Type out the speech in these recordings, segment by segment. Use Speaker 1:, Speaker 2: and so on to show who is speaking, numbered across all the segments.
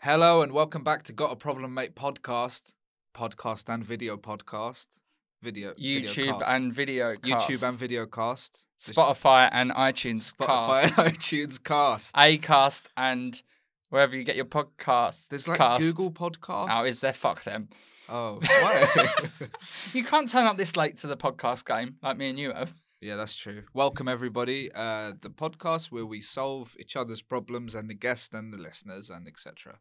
Speaker 1: Hello and welcome back to Got a Problem Mate podcast, podcast and video podcast, video
Speaker 2: YouTube
Speaker 1: videocast.
Speaker 2: and video, cast.
Speaker 1: YouTube and video cast,
Speaker 2: Spotify and iTunes,
Speaker 1: Spotify,
Speaker 2: cast,
Speaker 1: iTunes cast.
Speaker 2: Acast, and wherever you get your podcasts.
Speaker 1: There's like
Speaker 2: cast.
Speaker 1: Google Podcasts.
Speaker 2: Oh, is there? Fuck them.
Speaker 1: Oh, why?
Speaker 2: You can't turn up this late to the podcast game like me and you have.
Speaker 1: yeah, that's true. Welcome everybody. Uh, the podcast where we solve each other's problems and the guests and the listeners and etc.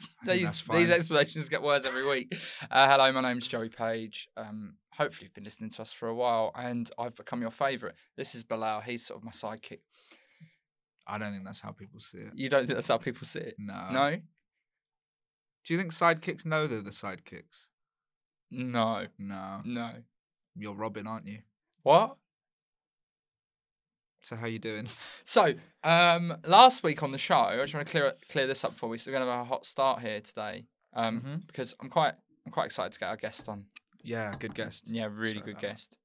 Speaker 1: think that's
Speaker 2: These
Speaker 1: fine.
Speaker 2: these explanations get worse every week. Uh, hello, my name's Joey Page. Um, hopefully you've been listening to us for a while, and I've become your favourite. This is Bilal. He's sort of my sidekick.
Speaker 1: I don't think that's how people see it.
Speaker 2: You don't think that's how people see it?
Speaker 1: No.
Speaker 2: No.
Speaker 1: Do you think sidekicks know they're the sidekicks?
Speaker 2: No.
Speaker 1: No,
Speaker 2: No.
Speaker 1: you're Robin, aren't you?
Speaker 2: What?
Speaker 1: So how you doing?
Speaker 2: So, um, last week on the show, I just want to clear clear this up for we. So we're going to have a hot start here today, um,
Speaker 1: Mhm.
Speaker 2: because I'm quite I'm quite excited to get our guest on.
Speaker 1: Yeah, good guest.
Speaker 2: Yeah, really
Speaker 1: Sorry
Speaker 2: good
Speaker 1: about that.
Speaker 2: guest.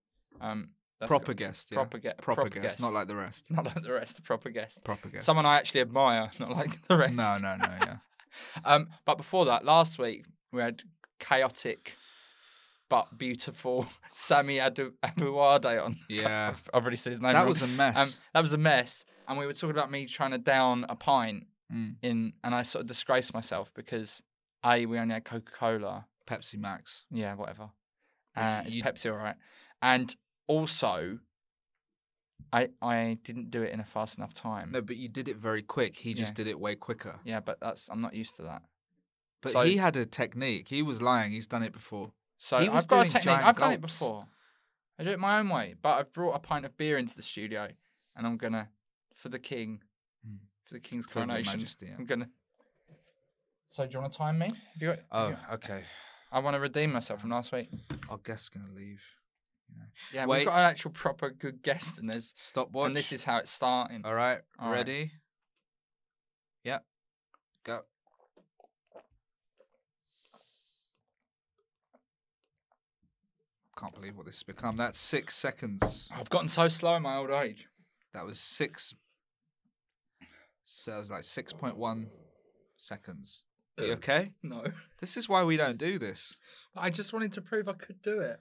Speaker 2: Um, that's
Speaker 1: proper
Speaker 2: good.
Speaker 1: guest. Yeah.
Speaker 2: Proper, ge-
Speaker 1: Proper, guest, Not like the rest.
Speaker 2: not like the rest. A proper guest.
Speaker 1: Proper guest.
Speaker 2: Someone I actually admire, not like the rest.
Speaker 1: No, no, no. Yeah.
Speaker 2: Um, but before that, last week we had chaotic but beautiful Sami Adu- Abuade on.
Speaker 1: Yeah.
Speaker 2: I've- I've already said his name.
Speaker 1: that
Speaker 2: wrong.
Speaker 1: was a mess.
Speaker 2: Um, that was a mess. And we were talking about me trying to down a pint
Speaker 1: Mm.
Speaker 2: in, and I sort of disgraced myself because a we only had Coca Cola.
Speaker 1: Pepsi Max.
Speaker 2: Yeah, whatever.
Speaker 1: Yeah,
Speaker 2: Uh, it's
Speaker 1: you-
Speaker 2: Pepsi, all right. And also, I I didn't do it in a fast enough time.
Speaker 1: No, but you did it very quick. He just
Speaker 2: Yeah.
Speaker 1: did it way quicker.
Speaker 2: Yeah, but that's I'm not used to that.
Speaker 1: But
Speaker 2: So-
Speaker 1: he had a technique. He was lying. He's done it before.
Speaker 2: So
Speaker 1: He was
Speaker 2: I've got
Speaker 1: doing
Speaker 2: a technique.
Speaker 1: giant
Speaker 2: I've done it
Speaker 1: gulps.
Speaker 2: before. I do it my own way, but I've brought a pint of beer into the studio, and I'm gonna for the king, for the king's
Speaker 1: For your
Speaker 2: coronation. Mm,
Speaker 1: majesty, yeah.
Speaker 2: I'm gonna. So do you want to time me? Have you got, have
Speaker 1: Oh,
Speaker 2: you-
Speaker 1: okay.
Speaker 2: I want to redeem myself from last week.
Speaker 1: Our guest's gonna leave.
Speaker 2: Yeah,
Speaker 1: Wait.
Speaker 2: we've got an actual proper good guest, and there's
Speaker 1: Stopwatch.
Speaker 2: and this is how it's starting.
Speaker 1: all right.
Speaker 2: All right.
Speaker 1: ready? Yep. Go. Can't believe what this has become. That's six seconds.
Speaker 2: I've gotten so slow in my old age.
Speaker 1: That was six. So it was like six point one seconds. You okay?
Speaker 2: No,
Speaker 1: This is why we don't do this.
Speaker 2: I just wanted to prove I could do it.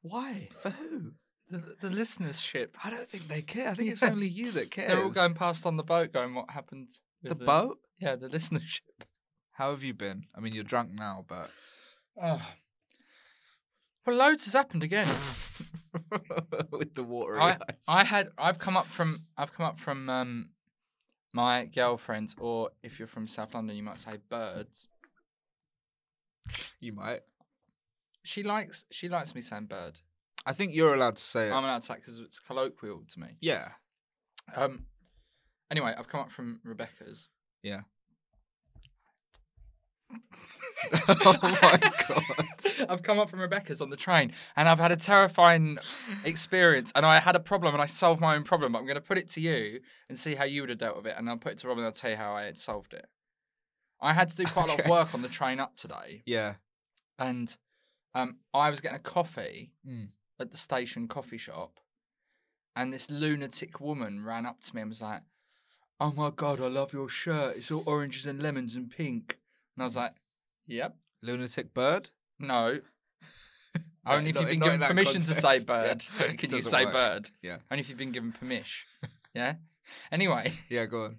Speaker 1: Why? For who?
Speaker 2: The, the listenership.
Speaker 1: I don't think they care. I think it's only you that cares.
Speaker 2: They're all going past on the boat, going, "What happened?" with
Speaker 1: the boat.
Speaker 2: Yeah, the listenership.
Speaker 1: How have you been? I mean, you're drunk now, but
Speaker 2: Oh. Well, loads has happened again.
Speaker 1: with the water.
Speaker 2: I, I had I've come up from I've come up from um, my girlfriend's, or if you're from South London, you might say birds.
Speaker 1: you might.
Speaker 2: She likes she likes me saying bird.
Speaker 1: I think you're allowed to say it.
Speaker 2: I'm allowed to say because it's colloquial to me.
Speaker 1: yeah.
Speaker 2: Um. Anyway, I've come up from Rebecca's.
Speaker 1: Yeah. oh my god.
Speaker 2: I've come up from Rebecca's on the train and I've had a terrifying experience and I had a problem and I solved my own problem. I'm going to put it to you and see how you would have dealt with it and I'll put it to Rob and I'll tell you how I had solved it. I had to do quite a lot of
Speaker 1: Okay.
Speaker 2: work on the train up today
Speaker 1: Yeah.
Speaker 2: and um, I was getting a coffee
Speaker 1: Mm.
Speaker 2: at the station coffee shop and this lunatic woman ran up to me and was like, Oh my God, I love your shirt. It's all oranges and lemons and pink. And I was like, Yep.
Speaker 1: Lunatic bird.
Speaker 2: No.
Speaker 1: No,
Speaker 2: Only if
Speaker 1: not-
Speaker 2: you've been
Speaker 1: not in
Speaker 2: given
Speaker 1: that
Speaker 2: permission to say
Speaker 1: context.
Speaker 2: bird.
Speaker 1: Yeah, it
Speaker 2: Can you
Speaker 1: doesn't
Speaker 2: say
Speaker 1: work.
Speaker 2: bird?
Speaker 1: Yeah.
Speaker 2: Only if you've been given permission. Yeah. Anyway,
Speaker 1: Yeah. Go on.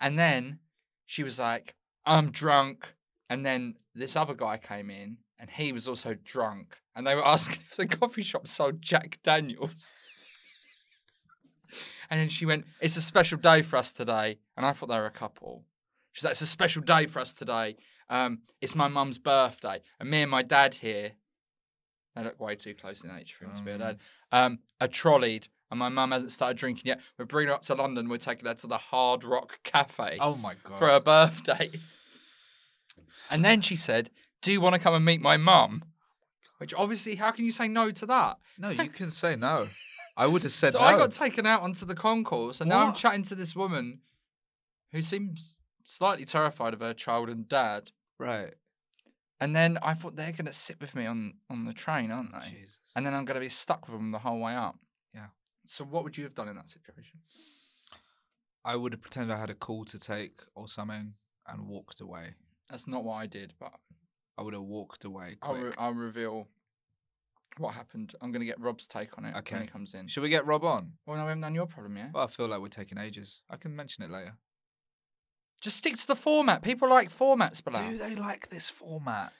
Speaker 2: and then she was like, I'm drunk. And then this other guy came in and he was also drunk. And they were asking if the coffee shop sold Jack Daniels. and then she went, It's a special day for us today. And I thought they were a couple. She's like, It's a special day for us today. Um, it's my mum's birthday, and me and my dad here, they look way too close in age for him to be a dad, um, are trolleyed, and my mum hasn't started drinking yet. We're bringing her up to London, we're taking her to the Hard Rock Cafe
Speaker 1: Oh my god.
Speaker 2: for her birthday. And then she said, Do you want to come and meet my mum? Which obviously, how can you say no to that?
Speaker 1: no, you can say no. I would have said
Speaker 2: So
Speaker 1: no.
Speaker 2: I got taken out onto the concourse, and now I'm
Speaker 1: What?
Speaker 2: chatting to this woman who seems slightly terrified of her child and dad.
Speaker 1: right.
Speaker 2: And then I thought they're going to sit with me on, on the train, aren't they?
Speaker 1: Jesus.
Speaker 2: And then I'm going to be stuck with them the whole way up.
Speaker 1: Yeah.
Speaker 2: So what would you have done in that situation?
Speaker 1: I would have pretended I had a call to take or something and walked away.
Speaker 2: That's not what I did, but
Speaker 1: I would have walked away
Speaker 2: I'll,
Speaker 1: quick.
Speaker 2: re- I'll reveal what happened. I'm going to get Rob's take on it when
Speaker 1: Okay.
Speaker 2: he comes in.
Speaker 1: Should we get Rob on?
Speaker 2: Well, no, we haven't done your problem yet.
Speaker 1: Well, I feel like we're taking ages. I can mention it later.
Speaker 2: Just stick to the format. People like formats, Bilal.
Speaker 1: Do they like this format?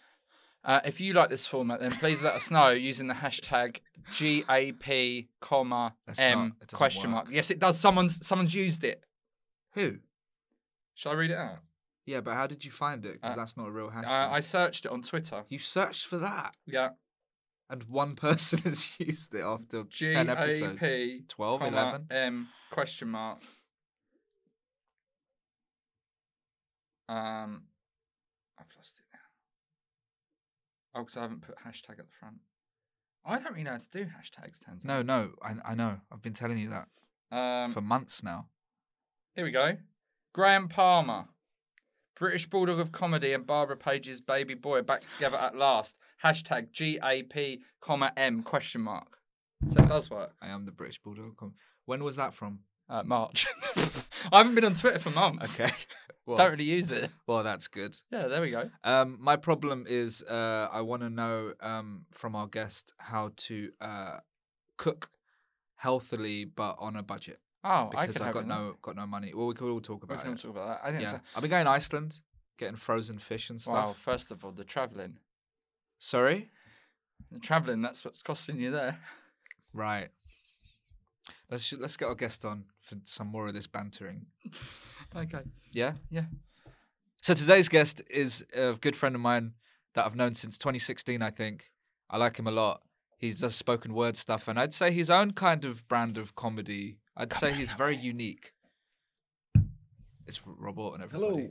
Speaker 2: Uh, if you like this format, then please let us know using the hashtag GAP, comma
Speaker 1: That's
Speaker 2: M
Speaker 1: not- it doesn't
Speaker 2: question mark. Yes, it does. Someone's someone's used it.
Speaker 1: Who?
Speaker 2: Shall I read it out?
Speaker 1: Yeah, but how did you find it? Because
Speaker 2: Uh,
Speaker 1: that's not a real hashtag.
Speaker 2: I, I searched it on Twitter.
Speaker 1: You searched for that,
Speaker 2: Yeah,
Speaker 1: and one person has used it after
Speaker 2: G
Speaker 1: 10
Speaker 2: A
Speaker 1: episodes.
Speaker 2: P
Speaker 1: 12,
Speaker 2: comma,
Speaker 1: 11?
Speaker 2: M question mark. Um, I've lost it now. Oh, because I haven't put hashtag at the front. I don't really know how to do hashtags. Tanzania.
Speaker 1: No, no, I, I know. I've been telling you that
Speaker 2: Um,
Speaker 1: for months now.
Speaker 2: Here we go. Graham Palmer, British Bulldog of Comedy, and Barbara Page's baby boy back together at last. Hashtag GAP, comma M question mark. So it does work.
Speaker 1: I am the British Bulldog. Com- When was that from?
Speaker 2: Uh, March. I haven't been on Twitter for months.
Speaker 1: Okay. well,
Speaker 2: Don't really use it.
Speaker 1: well, that's good.
Speaker 2: Yeah, there we go.
Speaker 1: Um, my problem is uh, I want to know um, from our guest how to uh, cook healthily but on a budget
Speaker 2: Oh, I
Speaker 1: because
Speaker 2: could
Speaker 1: I've
Speaker 2: have
Speaker 1: got
Speaker 2: it
Speaker 1: no
Speaker 2: now.
Speaker 1: got no money. Well, we could all talk
Speaker 2: We
Speaker 1: about
Speaker 2: can
Speaker 1: it.
Speaker 2: talk about that. I think
Speaker 1: yeah,
Speaker 2: it's
Speaker 1: I've been going to Iceland, getting frozen fish and
Speaker 2: a, wow.
Speaker 1: stuff.
Speaker 2: First of all, the travelling.
Speaker 1: Sorry,
Speaker 2: The travelling, that's what's costing you there.
Speaker 1: right. Let's let's get our guest on for some more of this bantering.
Speaker 2: Okay.
Speaker 1: Yeah.
Speaker 2: Yeah.
Speaker 1: So today's guest is a good friend of mine that I've known since 2016, I think. I like him a lot. He does spoken word stuff, and I'd say his own kind of brand of comedy. I'd say he's very unique. It's Robert and everybody.
Speaker 3: Hello.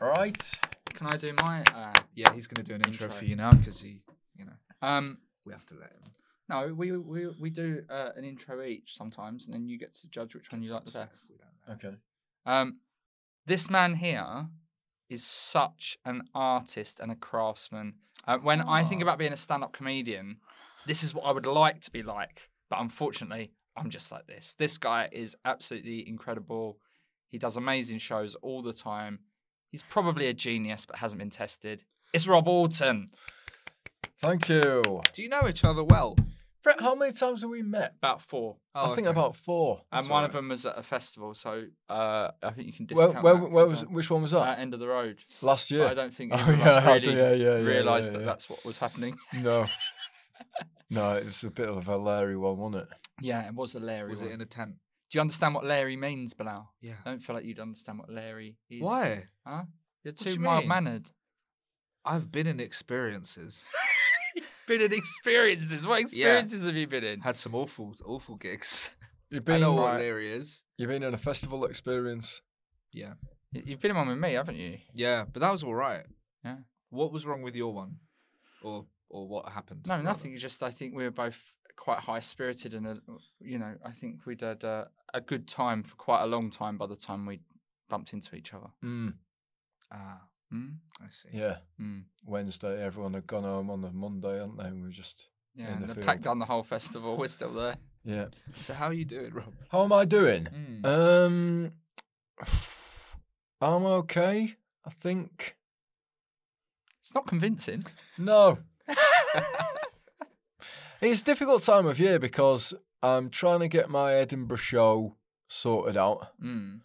Speaker 3: All right.
Speaker 2: Can I do my. Uh,
Speaker 1: Yeah, he's going to do an intro,
Speaker 2: Intro.
Speaker 1: for you now because he, you know,
Speaker 2: um,
Speaker 1: we have to let him.
Speaker 2: No, we we we do uh, an intro each sometimes, and then you get to judge which one you like the best.
Speaker 1: We don't know.
Speaker 3: Okay.
Speaker 2: Um, this man here is such an artist and a craftsman. Uh, when I
Speaker 3: Oh.
Speaker 2: think about being a stand-up comedian, this is what I would like to be like, but unfortunately, I'm just like this. This guy is absolutely incredible. He does amazing shows all the time. He's probably a genius, but hasn't been tested. It's Rob Alton.
Speaker 3: Thank you.
Speaker 1: Do you know each other well?
Speaker 3: Brett, how many times have we met?
Speaker 2: About four.
Speaker 1: Oh,
Speaker 3: I think
Speaker 1: okay.
Speaker 3: about four.
Speaker 2: and
Speaker 1: That's
Speaker 2: one
Speaker 1: all
Speaker 2: of
Speaker 1: right.
Speaker 2: them was at a festival, so uh, I think you can
Speaker 3: Where,
Speaker 2: discount
Speaker 3: where,
Speaker 2: that
Speaker 3: where
Speaker 2: 'cause,
Speaker 3: was
Speaker 2: uh,
Speaker 3: which one was
Speaker 2: uh,
Speaker 3: that?
Speaker 2: end of the road.
Speaker 3: Last year.
Speaker 2: But I don't think
Speaker 3: Oh,
Speaker 2: anyone
Speaker 3: yeah,
Speaker 2: else
Speaker 3: after-
Speaker 2: really
Speaker 3: yeah, yeah, yeah,
Speaker 2: realised
Speaker 3: yeah,
Speaker 2: that
Speaker 3: yeah.
Speaker 2: that's what was happening.
Speaker 3: No. no, it was a bit of a Larry one, wasn't it?
Speaker 2: Yeah, it was a Larry.
Speaker 1: Was it
Speaker 2: one.
Speaker 1: in a tent?
Speaker 2: Do you understand what Larry means, Bilal?
Speaker 1: Yeah.
Speaker 2: I don't feel like you'd understand what Larry is.
Speaker 1: Why?
Speaker 2: Huh? You're
Speaker 1: do
Speaker 2: too
Speaker 1: you mean?
Speaker 2: mild mannered.
Speaker 1: I've been in experiences.
Speaker 2: Been in experiences. What experiences have you been in?
Speaker 1: Had some awful, awful gigs.
Speaker 3: You've
Speaker 1: I
Speaker 3: been
Speaker 1: know what Leary is.
Speaker 3: you've been in a festival experience.
Speaker 1: Yeah.
Speaker 2: Y- You've been in one with me, haven't you?
Speaker 1: Yeah, but that was all right.
Speaker 2: Yeah.
Speaker 1: What was wrong with your one, or or what happened?
Speaker 2: No,
Speaker 1: rather?
Speaker 2: nothing. It's Just I think we were both quite high spirited, and a, you know, I think we'd had uh, a good time for quite a long time by the time we bumped into each other.
Speaker 3: Mm.
Speaker 1: Ah,
Speaker 2: Mm?
Speaker 1: I see.
Speaker 3: Yeah.
Speaker 2: Mm.
Speaker 3: Wednesday, everyone had gone home on the Monday, hadn't they? And we were just
Speaker 2: Yeah,
Speaker 3: In
Speaker 2: and
Speaker 3: the
Speaker 2: they packed
Speaker 3: field.
Speaker 2: down the whole festival. We're still there.
Speaker 3: yeah.
Speaker 1: So how are you doing, Rob?
Speaker 3: How am I doing?
Speaker 1: Mm.
Speaker 3: Um, I'm okay. I think.
Speaker 2: It's not convincing.
Speaker 3: No. it's a difficult time of year because I'm trying to get my Edinburgh show sorted out.
Speaker 2: Mm.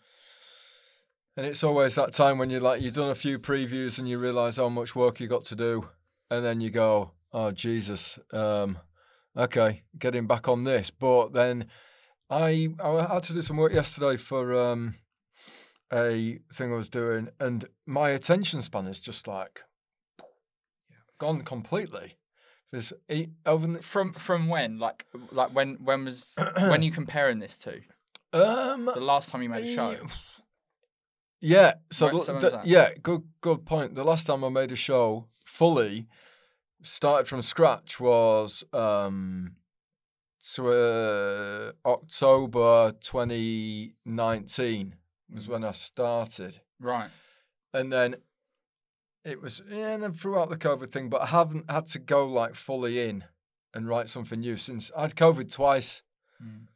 Speaker 3: And it's always that time when you're like, you've done a few previews and you realise how much work you got to do. And then you go, oh, Jesus, um, okay, getting back on this. But then I, I had to do some work yesterday for um, a thing I was doing, and my attention span is just like gone completely. There's eight, over the-
Speaker 2: From from when? Like like when when was when are you comparing this to?
Speaker 3: um
Speaker 2: The last time you made a show.
Speaker 3: Yeah. So,
Speaker 2: Right,
Speaker 3: the-
Speaker 2: so when
Speaker 3: the-
Speaker 2: was that?
Speaker 3: yeah, good good point. The last time I made a show fully started from scratch was um so, uh, October 2019 was
Speaker 2: Mm-hmm.
Speaker 3: when I started.
Speaker 2: Right.
Speaker 3: And then it was yeah, and then throughout the COVID thing, but I haven't had to go like fully in and write something new since I had COVID twice.
Speaker 1: Mm.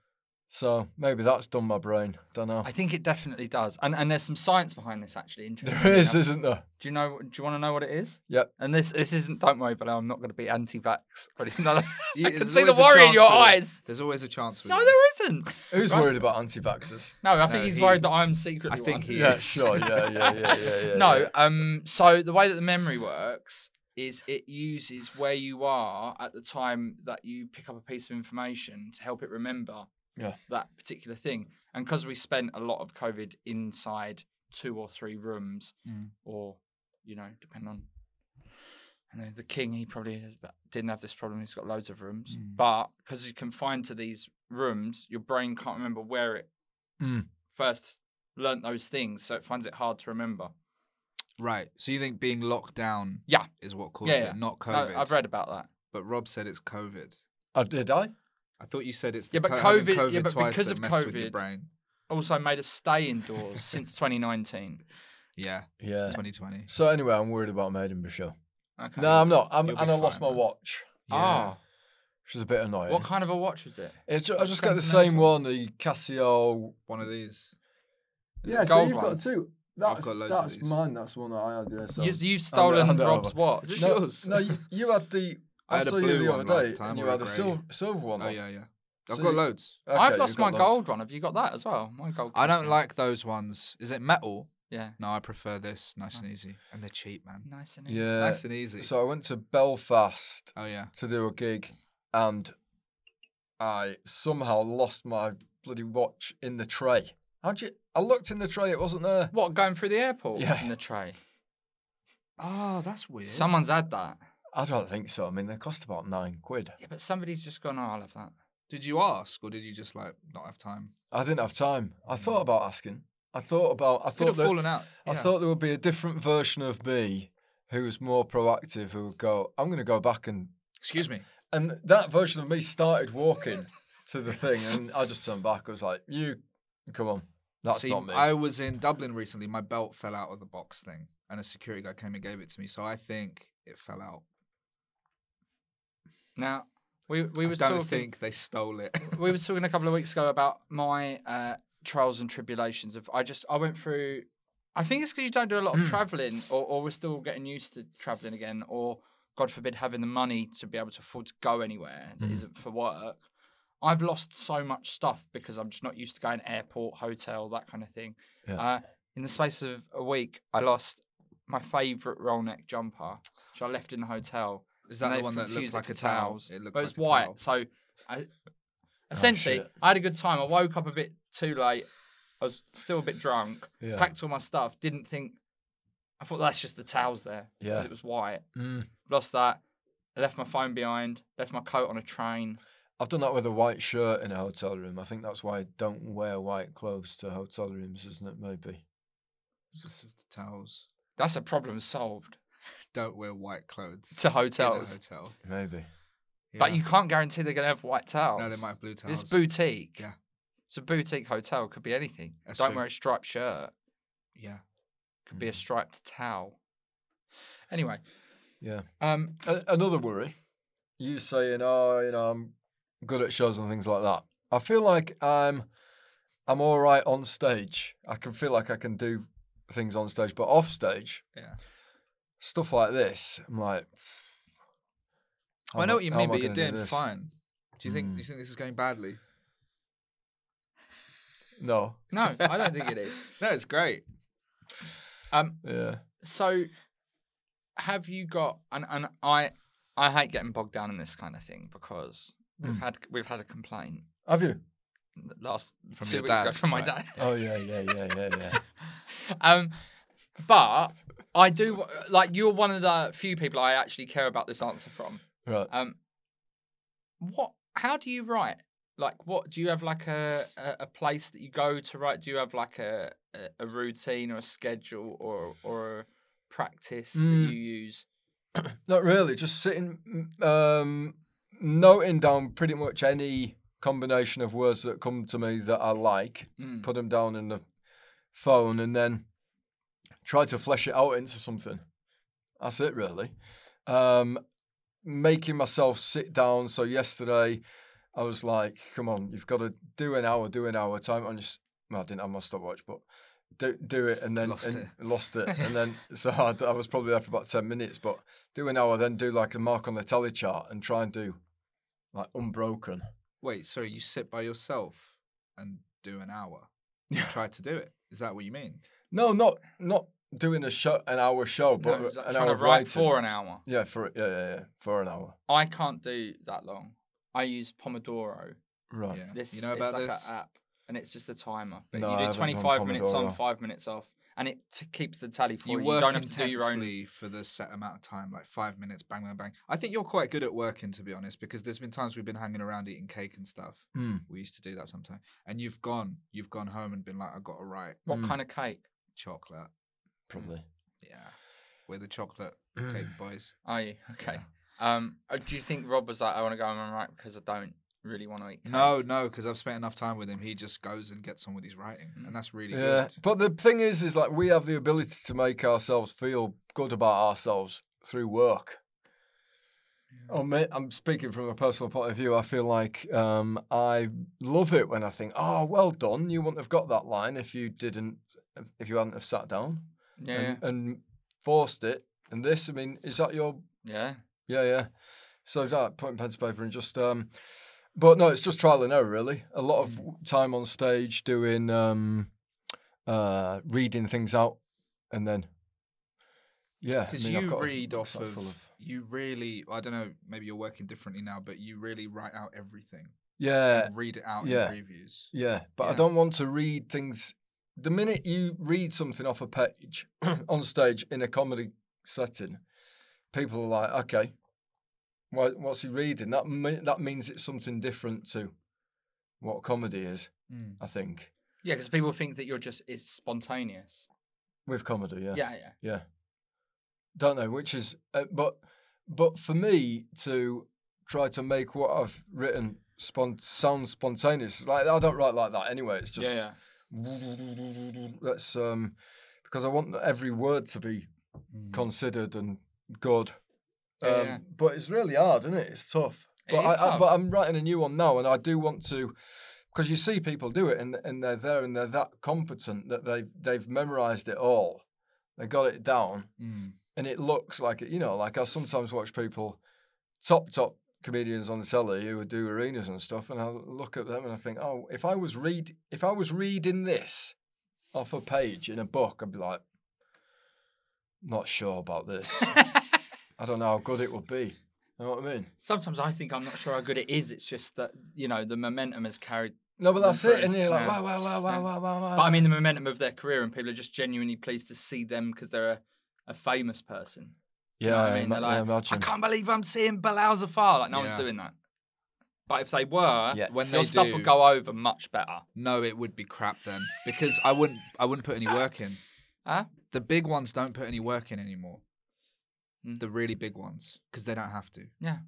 Speaker 3: So maybe that's done my brain. Don't know.
Speaker 2: I think it definitely does. And and there's some science behind this actually. Interesting.
Speaker 3: there is, isn't there?
Speaker 2: Do you know do you want to know what it is?
Speaker 3: Yep.
Speaker 2: And this this isn't don't worry, but I'm not going to be anti-vax. or anything like that.
Speaker 1: You-
Speaker 2: I can
Speaker 1: there's
Speaker 2: see the
Speaker 1: always a
Speaker 2: worry in
Speaker 1: chance
Speaker 2: your
Speaker 1: with it.
Speaker 2: eyes.
Speaker 1: There's always a chance. With
Speaker 2: No,
Speaker 1: it.
Speaker 2: there isn't.
Speaker 3: Who's worried about anti-vaxxers?
Speaker 2: No, I think he's
Speaker 1: he-
Speaker 2: worried that I'm secretly
Speaker 1: I think
Speaker 2: one.
Speaker 1: he
Speaker 3: Yeah,
Speaker 1: is.
Speaker 3: sure. Yeah, yeah, yeah, yeah, yeah.
Speaker 2: No,
Speaker 3: yeah.
Speaker 2: um so the way that the memory works is it uses where you are at the time that you pick up a piece of information to help it remember
Speaker 3: Yeah.
Speaker 2: that particular thing. And because we spent a lot of COVID inside two or three rooms,
Speaker 1: Mm.
Speaker 2: or you know, depending on. I know the king, he probably has- but didn't have this problem. He's got loads of rooms,
Speaker 1: Mm.
Speaker 2: but because you're confined to these rooms, your brain can't remember where it
Speaker 3: Mm.
Speaker 2: first learnt those things, so it finds it hard to remember.
Speaker 1: Right. So you think being locked down
Speaker 2: Yeah,
Speaker 1: is what caused
Speaker 2: Yeah, yeah.
Speaker 1: it, not
Speaker 2: no,
Speaker 1: COVID.
Speaker 2: I've read about that.
Speaker 1: But Rob said it's COVID.
Speaker 3: Uh, did I?
Speaker 1: I thought you said it's the
Speaker 2: Yeah, but
Speaker 1: co- having
Speaker 2: COVID-
Speaker 1: COVID
Speaker 2: yeah, but
Speaker 1: twice
Speaker 2: because
Speaker 1: that
Speaker 2: of
Speaker 1: messed with your
Speaker 2: COVID.
Speaker 1: brain.
Speaker 2: Also, made us stay indoors since 2019.
Speaker 1: Yeah,
Speaker 3: Yeah.
Speaker 1: 2020.
Speaker 3: So anyway, I'm worried about Maidenborough show.
Speaker 2: Okay.
Speaker 3: No, I'm not. I'm,
Speaker 1: You'll
Speaker 3: and
Speaker 1: be
Speaker 3: I lost
Speaker 1: fine,
Speaker 3: my
Speaker 1: man.
Speaker 3: watch,
Speaker 1: Yeah.
Speaker 2: Ah,
Speaker 3: which is a bit annoying.
Speaker 2: what kind of a watch was it?
Speaker 3: It's ju- I just get the
Speaker 2: Something
Speaker 3: same one, the Casio.
Speaker 1: One of these.
Speaker 2: Is it a gold one?
Speaker 3: two.
Speaker 1: That's- got loads of that's these. mine,
Speaker 3: That's one that I had. Yeah, so.
Speaker 2: You, you've stolen
Speaker 3: hand it
Speaker 2: Rob's
Speaker 3: over.
Speaker 2: watch.
Speaker 1: Is this
Speaker 3: no,
Speaker 1: yours?
Speaker 3: No, you, you had the. I,
Speaker 1: I had a
Speaker 3: saw
Speaker 1: blue
Speaker 3: you the
Speaker 1: one
Speaker 3: other day,
Speaker 1: last time,
Speaker 3: and you
Speaker 1: or a
Speaker 3: had a
Speaker 1: grey.
Speaker 3: silver, silver one.
Speaker 1: Oh
Speaker 3: on.
Speaker 1: yeah, yeah. I've
Speaker 3: So
Speaker 1: got
Speaker 3: you-
Speaker 1: loads.
Speaker 3: Okay,
Speaker 2: I've
Speaker 3: you've
Speaker 2: lost my
Speaker 3: got loads.
Speaker 2: gold one. Have you got that as well? My gold.
Speaker 1: I don't
Speaker 2: case.
Speaker 1: like those ones. Is it metal?
Speaker 2: Yeah.
Speaker 1: No, I prefer this. Nice and easy, and they're cheap, man.
Speaker 2: Nice and
Speaker 3: Yeah.
Speaker 1: Nice and easy.
Speaker 3: So I went to Belfast
Speaker 1: oh yeah.
Speaker 3: to do a gig and I somehow lost my bloody watch in the tray. How'd you? I looked in the tray, it wasn't there.
Speaker 2: What going through the airport
Speaker 3: Yeah.
Speaker 2: in the tray?
Speaker 1: Oh, that's weird.
Speaker 2: Someone's had that.
Speaker 3: I don't think so. I mean, they cost about nine quid.
Speaker 2: Yeah, but somebody's just gone. Oh, I'll have that.
Speaker 1: Did you ask, or did you just like not have time?
Speaker 3: I didn't have time. I thought about asking. I thought about. I
Speaker 1: Could
Speaker 3: thought.
Speaker 1: have
Speaker 3: That,
Speaker 1: fallen out.
Speaker 3: I
Speaker 1: Yeah.
Speaker 3: thought there would be a different version of me who was more proactive. Who would go? I'm going to go back and
Speaker 1: Excuse me.
Speaker 3: and that version of me started walking to the thing, and I just turned back. I was like, "You, come on, that's
Speaker 1: See,
Speaker 3: not me."
Speaker 1: I was in Dublin recently. My belt fell out of the box thing, and a security guy came and gave it to me. So I think it fell out.
Speaker 2: Now we we
Speaker 1: I
Speaker 2: were
Speaker 1: don't
Speaker 2: talking.
Speaker 1: think they stole it.
Speaker 2: we were talking a couple of weeks ago about my uh, trials and tribulations of I just I went through I think it's because you don't do a lot of traveling or, or we're still getting used to traveling again or God forbid having the money to be able to afford to go anywhere that not for work. I've lost so much stuff because I'm just not used to going airport, hotel, that kind of thing.
Speaker 3: Yeah.
Speaker 2: Uh, in the space of a week, I lost my favourite roll neck jumper, which I left in the hotel.
Speaker 1: Is that
Speaker 2: And
Speaker 1: the
Speaker 2: they've
Speaker 1: one that looks
Speaker 2: confused it
Speaker 1: like
Speaker 2: for
Speaker 1: a towel?
Speaker 2: towels.
Speaker 1: It looked
Speaker 2: but
Speaker 1: like
Speaker 2: it's
Speaker 1: a
Speaker 2: white.
Speaker 1: towel. Oh,
Speaker 2: So, I, essentially,
Speaker 3: shit.
Speaker 2: I had a good time. I woke up a bit too late. I was still a bit drunk.
Speaker 3: Yeah.
Speaker 2: Packed all my stuff. Didn't think. I thought that's just the towels there because
Speaker 3: Yeah.
Speaker 2: it was white.
Speaker 3: Mm.
Speaker 2: Lost that. I left my phone behind. Left my coat on a train.
Speaker 3: I've done that with a white shirt in a hotel room. I think that's why I don't wear white clothes to hotel rooms, isn't it? Maybe.
Speaker 1: Just the towels.
Speaker 2: That's a problem solved
Speaker 1: Don't wear white clothes.
Speaker 2: to
Speaker 1: in a
Speaker 2: hotels.
Speaker 1: hotel.
Speaker 3: Maybe.
Speaker 2: But
Speaker 1: Yeah.
Speaker 2: you can't guarantee they're going to have white towels.
Speaker 1: No, they might have blue towels.
Speaker 2: It's boutique.
Speaker 1: Yeah.
Speaker 2: It's a boutique hotel. Could be anything.
Speaker 1: That's
Speaker 2: Don't
Speaker 1: true.
Speaker 2: wear a striped shirt.
Speaker 1: Yeah.
Speaker 2: Could be a striped towel. Anyway,
Speaker 3: Yeah.
Speaker 2: um,
Speaker 3: A- another worry. You saying, "Oh, you know, I'm good at shows and things like that." I feel like I'm, I'm all right on stage. I can feel like I can do things on stage, but off stage,
Speaker 1: Yeah.
Speaker 3: stuff like this, I'm like.
Speaker 1: I know what you mean, but you're
Speaker 3: doing
Speaker 1: doing fine. Do you
Speaker 2: Hmm.
Speaker 1: think do you think this is going badly?
Speaker 3: No.
Speaker 2: no, I don't think it is.
Speaker 1: No, it's great.
Speaker 2: Um,
Speaker 3: Yeah.
Speaker 2: so have you got and and I Mm. I hate getting bogged down in this kind of thing because we've had we've had a complaint.
Speaker 3: Have you?
Speaker 2: last
Speaker 1: From
Speaker 2: two
Speaker 1: your
Speaker 2: weeks ago
Speaker 1: dad,
Speaker 2: from my
Speaker 1: right.
Speaker 2: dad.
Speaker 3: Oh yeah, yeah, yeah, yeah, yeah.
Speaker 2: Um, but I do like you're one of the few people I actually care about this answer from.
Speaker 3: Right.
Speaker 2: Um, what? How do you write? Like, what do you have? Like a a, a place that you go to write? Do you have like a a, a routine or a schedule or or a practice
Speaker 3: Mm.
Speaker 2: that you use?
Speaker 3: Not really. Just sitting, mm, um, noting down pretty much any combination of words that come to me that I like,
Speaker 2: Mm.
Speaker 3: put them down in the phone, and then try to flesh it out into something. That's it, really. Um, making myself sit down. So yesterday, I was like, "Come on, you've got to do an hour, do an hour time on your." s-" Well, I didn't have my stopwatch, but do do it, and then
Speaker 1: Lost
Speaker 3: and
Speaker 1: it.
Speaker 3: lost it, and then so I, I was probably there for about ten minutes. But do an hour, then do like a mark on the tally chart, and try and do like unbroken.
Speaker 1: Wait, sorry, you sit by yourself and do an hour. You try to do it. Is that what you mean?
Speaker 3: No, not not doing a show, an hour show, but
Speaker 2: No, it's like
Speaker 3: an
Speaker 2: trying
Speaker 3: hour
Speaker 2: to
Speaker 3: of
Speaker 2: write
Speaker 3: writing.
Speaker 2: for an hour.
Speaker 3: Yeah, for yeah, yeah, yeah, for an hour.
Speaker 2: I can't do that long. I use Pomodoro.
Speaker 3: Right.
Speaker 1: Yeah. mm,
Speaker 2: This
Speaker 1: you know
Speaker 2: it's
Speaker 1: about
Speaker 2: like
Speaker 1: this?
Speaker 2: an app, and it's just a timer. But
Speaker 3: No, I
Speaker 2: you do
Speaker 3: haven't done
Speaker 2: 25 minutes on,
Speaker 3: Pomodoro.
Speaker 2: five minutes off, and it t- keeps the tally for
Speaker 1: you
Speaker 2: you.
Speaker 1: work
Speaker 2: don't have to
Speaker 1: intensely
Speaker 2: do your own.
Speaker 1: for the set amount of time, like five minutes, bang, bang, bang. I think you're quite good at working, to be honest, because there's been times we've been hanging around eating cake and stuff.
Speaker 2: Hmm.
Speaker 3: Mm.
Speaker 1: We used to do that sometimes. And you've gone, you've gone home and been like, I got to write
Speaker 2: What
Speaker 3: Mm.
Speaker 2: kind of cake?
Speaker 1: chocolate.
Speaker 3: Probably.
Speaker 1: Yeah, we're the chocolate cake boys.
Speaker 2: Are you okay? Um, uh, do you think Rob was like, I want to go home and write because I don't really want to eat? Cake?
Speaker 1: No, no, because I've spent enough time with him. He just goes and gets on with his writing, and that's really
Speaker 3: Mm. Yeah,
Speaker 1: good.
Speaker 3: but the thing is, is like we have the ability to make ourselves feel good about ourselves through work. Oh, mate, I'm speaking from a personal point of view. I feel like um, I love it when I think, "Oh, well done! You wouldn't have got that line if you didn't, if you hadn't have sat down
Speaker 2: Yeah,
Speaker 3: and, and forced it." And this, I mean, is that your
Speaker 2: yeah.
Speaker 3: Yeah, yeah. So it's like putting pen to paper and just um but no, it's just trial and error really. A lot
Speaker 1: Mm.
Speaker 3: of time on stage doing um uh reading things out and then yeah. I
Speaker 1: Because
Speaker 3: mean, I've
Speaker 1: you
Speaker 3: got a
Speaker 1: read off
Speaker 3: rucksack
Speaker 1: of,
Speaker 3: full
Speaker 1: you really, I don't know, maybe you're working differently now, but you really write out everything,
Speaker 3: Yeah.
Speaker 1: and read it out
Speaker 3: yeah.
Speaker 1: in reviews.
Speaker 3: Yeah, but I
Speaker 1: Yeah.
Speaker 3: don't want to read things. The minute you read something off a page on stage in a comedy setting, people are like, "Okay, wha- what's he reading?" That me- that means it's something different to what comedy is.
Speaker 1: Mm.
Speaker 3: I think
Speaker 2: Yeah, because people think that you're just it's spontaneous.
Speaker 3: with comedy, yeah,
Speaker 2: Yeah, yeah.
Speaker 3: yeah. Don't know which is, uh, but but for me to try to make what I've written spon- sound spontaneous, it's like I don't write like that anyway. It's just.
Speaker 2: yeah, yeah.
Speaker 3: Let's um, because I want every word to be considered and good. Um,
Speaker 2: Mm. Yeah.
Speaker 3: But it's really hard, isn't it? It's tough.
Speaker 2: It is
Speaker 3: But I, I,
Speaker 2: tough.
Speaker 3: but I'm writing a new one now, and I do want to, because you see people do it, and and they're there, and they're that competent that they they've memorized it all, they got it down,
Speaker 1: Mm.
Speaker 3: and it looks like it. You know, like I sometimes watch people, top top comedians on the telly who would do arenas and stuff, and I look at them and I think, oh, if I was read, if I was reading this off a page in a book, I'd be like, not sure about this. I don't know how good it would be. You know what I mean?
Speaker 2: Sometimes I think I'm not sure how good it is. It's just that you know the momentum has carried.
Speaker 3: No, but that's it. And you're like,
Speaker 2: Yeah.
Speaker 3: wow, wow, wow, wow, wow, wow, wow.
Speaker 2: But I mean the momentum of their career, and people are just genuinely pleased to see them because they're a, a famous person.
Speaker 3: yeah,
Speaker 2: know what I mean? They're
Speaker 3: ima-
Speaker 2: like, I
Speaker 3: imagine.
Speaker 2: can't believe I'm seeing Bilal Zafar. Like, no one's
Speaker 1: Yeah.
Speaker 2: doing that. But if they were,
Speaker 3: Yeah.
Speaker 1: When
Speaker 2: your
Speaker 1: they
Speaker 2: stuff
Speaker 1: do-
Speaker 2: will go over much better.
Speaker 1: No, it would be crap then, because I wouldn't, I wouldn't put any work in.
Speaker 2: Huh?
Speaker 1: The big ones don't put any work in anymore.
Speaker 2: Mm.
Speaker 1: The really big ones, because they don't have to.
Speaker 2: Yeah.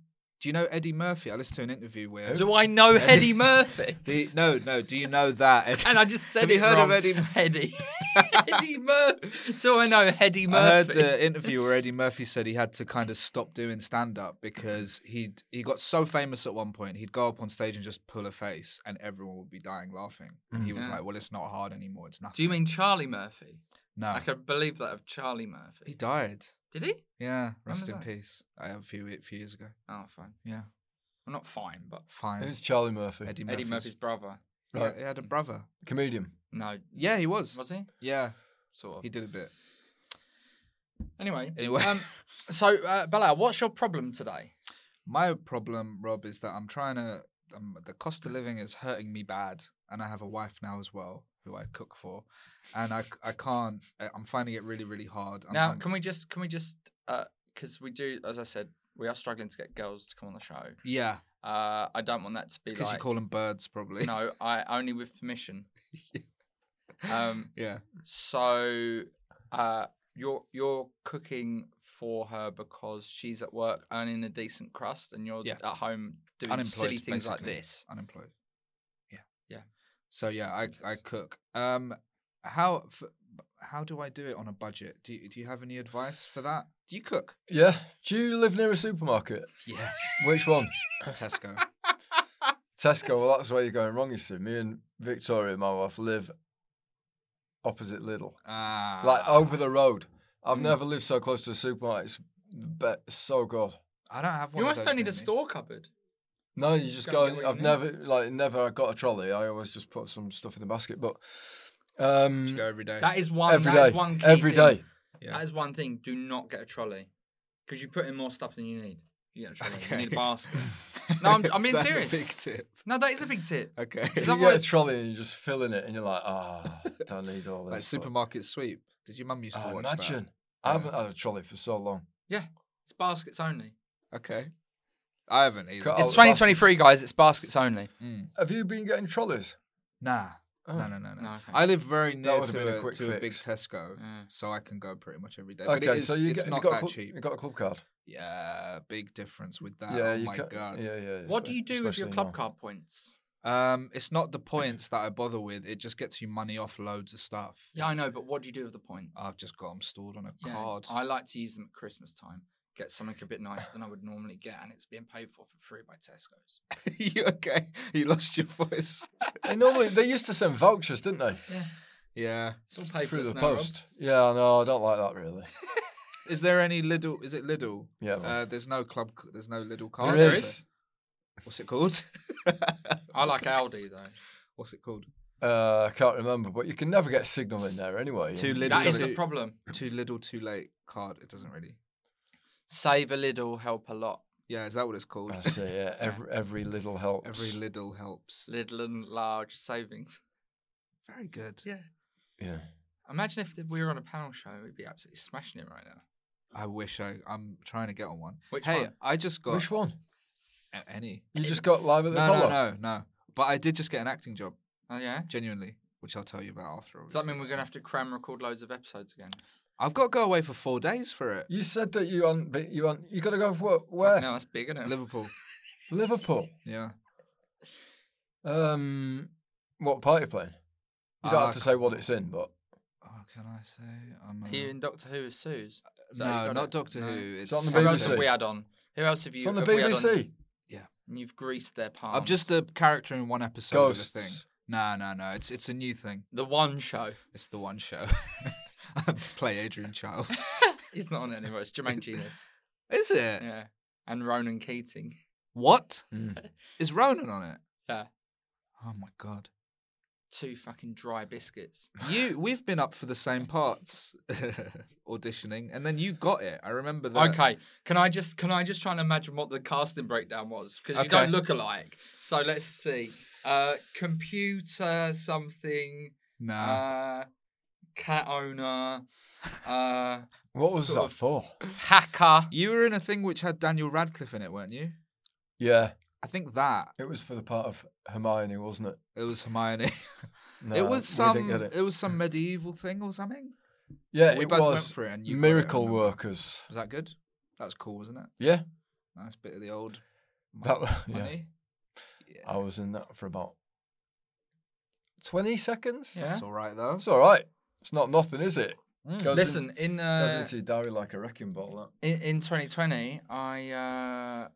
Speaker 1: Do you know Eddie Murphy? I listened to an interview where
Speaker 2: Do I know Eddie Murphy?
Speaker 1: The, no, no. Do you know that? Eddie-
Speaker 2: And I just said
Speaker 1: Have
Speaker 2: it
Speaker 1: you heard
Speaker 2: wrong.
Speaker 1: of Eddie? Murphy?
Speaker 2: Eddie. Eddie Murphy. Do I know Eddie
Speaker 1: I heard
Speaker 2: Murphy?
Speaker 1: an interview where Eddie Murphy said he had to kind of stop doing stand up because he he got so famous at one point he'd go up on stage and just pull a face and everyone would be dying laughing. And he was
Speaker 2: Mm. Yeah.
Speaker 1: like, "Well, it's not hard anymore. It's nothing."
Speaker 2: Do you mean Charlie Murphy?
Speaker 1: no?
Speaker 2: I could believe that of Charlie
Speaker 1: He
Speaker 2: Murphy.
Speaker 1: died.
Speaker 2: Did he?
Speaker 1: Yeah, rest
Speaker 2: was
Speaker 1: in
Speaker 2: that?
Speaker 1: peace. I a few a few years ago.
Speaker 2: Oh, fine.
Speaker 1: Yeah,
Speaker 2: Well, not fine, but
Speaker 1: fine.
Speaker 3: Who's Charlie Murphy?
Speaker 1: Eddie Murphy?
Speaker 2: Eddie Murphy's brother.
Speaker 1: Yeah, he had a brother.
Speaker 3: Comedian.
Speaker 2: No.
Speaker 1: Yeah, he was.
Speaker 2: Was he?
Speaker 1: Yeah,
Speaker 2: Sort of.
Speaker 1: he did a bit.
Speaker 2: Anyway.
Speaker 1: Anyway.
Speaker 2: Um, so, uh, Bilal, what's your problem today?
Speaker 1: My problem, Rob, is that I'm trying to. Um, the cost of living is hurting me bad, and I have a wife now as well who I cook for, and I c- I can't. I- I'm finding it really really hard. I'm,
Speaker 2: Now,
Speaker 1: I'm-
Speaker 2: can we just can we just because we do as I said, we are struggling to get girls to come on the show.
Speaker 1: yeah,
Speaker 2: Uh, I don't want that to be
Speaker 1: because
Speaker 2: like
Speaker 1: you call them birds probably.
Speaker 2: no, I only with permission. um,
Speaker 1: Yeah.
Speaker 2: so uh, you're you're cooking for her because she's at work earning a decent crust, and you're
Speaker 1: Yeah.
Speaker 2: at home doing
Speaker 1: Unemployed.
Speaker 2: silly things
Speaker 1: basically.
Speaker 2: like this.
Speaker 1: Unemployed. Yeah.
Speaker 2: Yeah.
Speaker 1: So yeah, I I cook. Um, how f- how do I do it on a budget? Do you, do you have any advice for that? Do you cook?
Speaker 3: Yeah. Do you live near a supermarket?
Speaker 1: Yeah.
Speaker 3: Which one?
Speaker 1: Tesco.
Speaker 3: Tesco. Well, that's where you're going wrong. You see, me and Victoria, my wife, live opposite Lidl,
Speaker 1: Ah. Hmm.
Speaker 3: like over the road. I've never lived so close to a supermarket. It's the be- so good.
Speaker 1: I don't have one. of
Speaker 2: You almost
Speaker 1: those
Speaker 2: don't need
Speaker 1: near
Speaker 2: a
Speaker 1: me.
Speaker 2: store cupboard.
Speaker 3: No, you just
Speaker 2: Gotta
Speaker 3: go.
Speaker 2: get what
Speaker 3: and-
Speaker 2: you
Speaker 3: I've
Speaker 2: need.
Speaker 3: never like never got a trolley. I always just put some stuff in the basket. But um,
Speaker 1: Just go every day.
Speaker 2: That is one.
Speaker 3: every
Speaker 2: that
Speaker 3: day,
Speaker 2: is one key
Speaker 3: every
Speaker 2: thing.
Speaker 3: day.
Speaker 1: Yeah.
Speaker 2: That is one thing. Do not get a trolley because you put in more stuff than you need. You get a trolley.
Speaker 1: Okay.
Speaker 2: You need a basket. no, I'm, I'm being
Speaker 1: Is that a
Speaker 2: serious.
Speaker 1: Big tip.
Speaker 2: No, that is a big tip.
Speaker 1: Okay.
Speaker 3: You
Speaker 2: Because
Speaker 3: get a
Speaker 2: otherwise,
Speaker 3: trolley and you're just filling it, and you're like, ah, don't need all this.
Speaker 1: Like supermarket sweep. Did your mum used to
Speaker 3: Oh,
Speaker 1: watch
Speaker 3: imagine.
Speaker 1: Yeah.
Speaker 3: I haven't had a trolley for so long.
Speaker 2: yeah, it's baskets only.
Speaker 1: that? Okay. I haven't either.
Speaker 3: Cut
Speaker 2: It's
Speaker 3: Oh,
Speaker 2: 2023, guys. It's baskets only.
Speaker 3: Have you been getting trolleys?
Speaker 1: Nah. No, no, no, no.
Speaker 2: No, okay.
Speaker 1: I live very near
Speaker 3: Oh. would've been a
Speaker 1: to, a,
Speaker 3: quick
Speaker 1: to a big
Speaker 3: fix.
Speaker 1: Tesco,
Speaker 2: Mm.
Speaker 1: so I can go pretty much every day. but it
Speaker 3: Okay,
Speaker 1: is,
Speaker 3: so you
Speaker 1: it's
Speaker 3: get, you
Speaker 1: not
Speaker 3: got a
Speaker 1: that
Speaker 3: club,
Speaker 1: cheap.
Speaker 3: You got a club card.
Speaker 1: Yeah, big difference with that.
Speaker 3: yeah,
Speaker 1: oh
Speaker 3: you
Speaker 1: my
Speaker 3: ca-
Speaker 1: god.
Speaker 3: Yeah, yeah.
Speaker 2: What do
Speaker 3: espe-
Speaker 2: you do with your
Speaker 3: especially
Speaker 2: club
Speaker 3: now.
Speaker 2: card points?
Speaker 1: Um, it's not the points that I bother with. It just gets you money off loads of stuff.
Speaker 2: Yeah, I know, but what do you do with the points?
Speaker 1: I've just got them stored on a
Speaker 2: Yeah,
Speaker 1: card.
Speaker 2: I like to use them at Christmas time. Get something a bit nicer than I would normally get, and it's being paid for for free by Tesco's.
Speaker 1: you okay? You lost your voice.
Speaker 3: They normally they used to send vouchers, didn't they?
Speaker 1: Yeah.
Speaker 2: It's all paid
Speaker 3: Through the
Speaker 2: now, Rob.
Speaker 3: post. Yeah, no, I don't like that really.
Speaker 1: Is there any Lidl? Is it Lidl?
Speaker 3: Yeah, man.
Speaker 1: Uh, there's no club. c- There's no Lidl card.
Speaker 3: There
Speaker 2: there
Speaker 3: is.
Speaker 1: What's it called?
Speaker 2: I like Aldi though.
Speaker 1: What's it called?
Speaker 3: Uh, I can't remember, but you can never get signal in there anyway.
Speaker 1: Too
Speaker 3: You-
Speaker 1: Lidl.
Speaker 2: That is
Speaker 1: too,
Speaker 2: the problem.
Speaker 1: Too Lidl, too late card. It doesn't really.
Speaker 2: Save a little, help a lot.
Speaker 1: Yeah, is that what it's called?
Speaker 3: I see. Yeah, every every little helps.
Speaker 1: Every Lidl helps.
Speaker 2: Little and large savings.
Speaker 1: Very good.
Speaker 2: Yeah.
Speaker 3: yeah.
Speaker 2: Imagine if we were on a panel show, we'd be absolutely smashing it right now.
Speaker 1: I wish I. I'm trying to get on one.
Speaker 2: Which
Speaker 1: hey,
Speaker 2: one?
Speaker 1: I just got
Speaker 3: Which one?
Speaker 1: a- any.
Speaker 3: You just got live at the
Speaker 1: No, no,
Speaker 3: Apollo?
Speaker 1: no, no. But I did just get an acting job,
Speaker 2: Oh yeah.
Speaker 1: genuinely, which I'll tell you about after.
Speaker 2: Does that
Speaker 1: obviously.
Speaker 2: mean we're gonna have to cram record loads of episodes again?
Speaker 1: I've got to go away for four days for it.
Speaker 3: You said that you on, but you on, you got to go for what? Where?
Speaker 2: No, that's big, isn't it?
Speaker 1: Liverpool.
Speaker 3: Liverpool.
Speaker 1: Yeah.
Speaker 3: Um, what party playing? You don't
Speaker 1: Uh,
Speaker 3: have to say what it's in, but
Speaker 1: Oh, can I say? I'm.
Speaker 2: Are you
Speaker 1: uh,
Speaker 2: in Doctor Who with Suze? So you
Speaker 1: No,
Speaker 2: got
Speaker 1: not
Speaker 2: it?
Speaker 1: Doctor
Speaker 2: No.
Speaker 1: Who. It's
Speaker 3: on the
Speaker 2: Who else
Speaker 3: BBC.
Speaker 2: have we had on? Who else have you?
Speaker 3: it's on the
Speaker 2: have we had
Speaker 3: BBC.
Speaker 2: and you've greased their palm.
Speaker 1: I'm just a character in one episode of a thing.
Speaker 3: Ghosts.
Speaker 1: No, no, no. It's it's a new thing.
Speaker 2: the one show.
Speaker 1: It's the one show. I play Adrian Childs.
Speaker 2: He's not on it anymore. It's Jermaine Genius.
Speaker 1: Is it?
Speaker 2: Yeah, and Ronan Keating.
Speaker 1: What?
Speaker 3: Mm.
Speaker 1: Is Ronan on it?
Speaker 2: Yeah,
Speaker 1: Oh my god.
Speaker 2: two fucking dry biscuits.
Speaker 1: You we've been up for the same parts auditioning and then you got it. I remember that.
Speaker 2: Okay, can I just can I just try and imagine what the casting breakdown was because you
Speaker 1: Okay.
Speaker 2: don't look alike. So let's see. Uh, computer something.
Speaker 1: Nah.
Speaker 2: Uh, cat owner. Uh,
Speaker 3: What was
Speaker 2: Sort
Speaker 3: that
Speaker 2: of-
Speaker 3: for?
Speaker 2: hacker.
Speaker 1: you were in a thing which had Daniel Radcliffe in it, weren't you?
Speaker 3: Yeah,
Speaker 1: I think that.
Speaker 3: it was for the part of Hermione, wasn't it?
Speaker 1: It was Hermione.
Speaker 3: No,
Speaker 1: it was
Speaker 3: we didn't
Speaker 1: some
Speaker 3: get
Speaker 1: it.
Speaker 3: it.
Speaker 1: was some medieval thing or something.
Speaker 3: yeah,
Speaker 1: we
Speaker 3: it
Speaker 1: both went
Speaker 3: was
Speaker 1: for it and you got it, I
Speaker 3: miracle
Speaker 1: remember.
Speaker 3: workers.
Speaker 1: Was that good? That was cool, wasn't it?
Speaker 3: Yeah,
Speaker 1: Nice bit of the old
Speaker 3: that wa- yeah.
Speaker 1: money.
Speaker 3: I was in that for about twenty seconds.
Speaker 2: Yeah.
Speaker 1: That's all right though.
Speaker 3: It's all right. It's not nothing, is it?
Speaker 1: Mm.
Speaker 3: Goes
Speaker 2: Listen,
Speaker 3: in-
Speaker 2: in
Speaker 3: goes
Speaker 2: uh,
Speaker 3: into your diary like a wrecking ball.
Speaker 2: in, in 2020, I uh,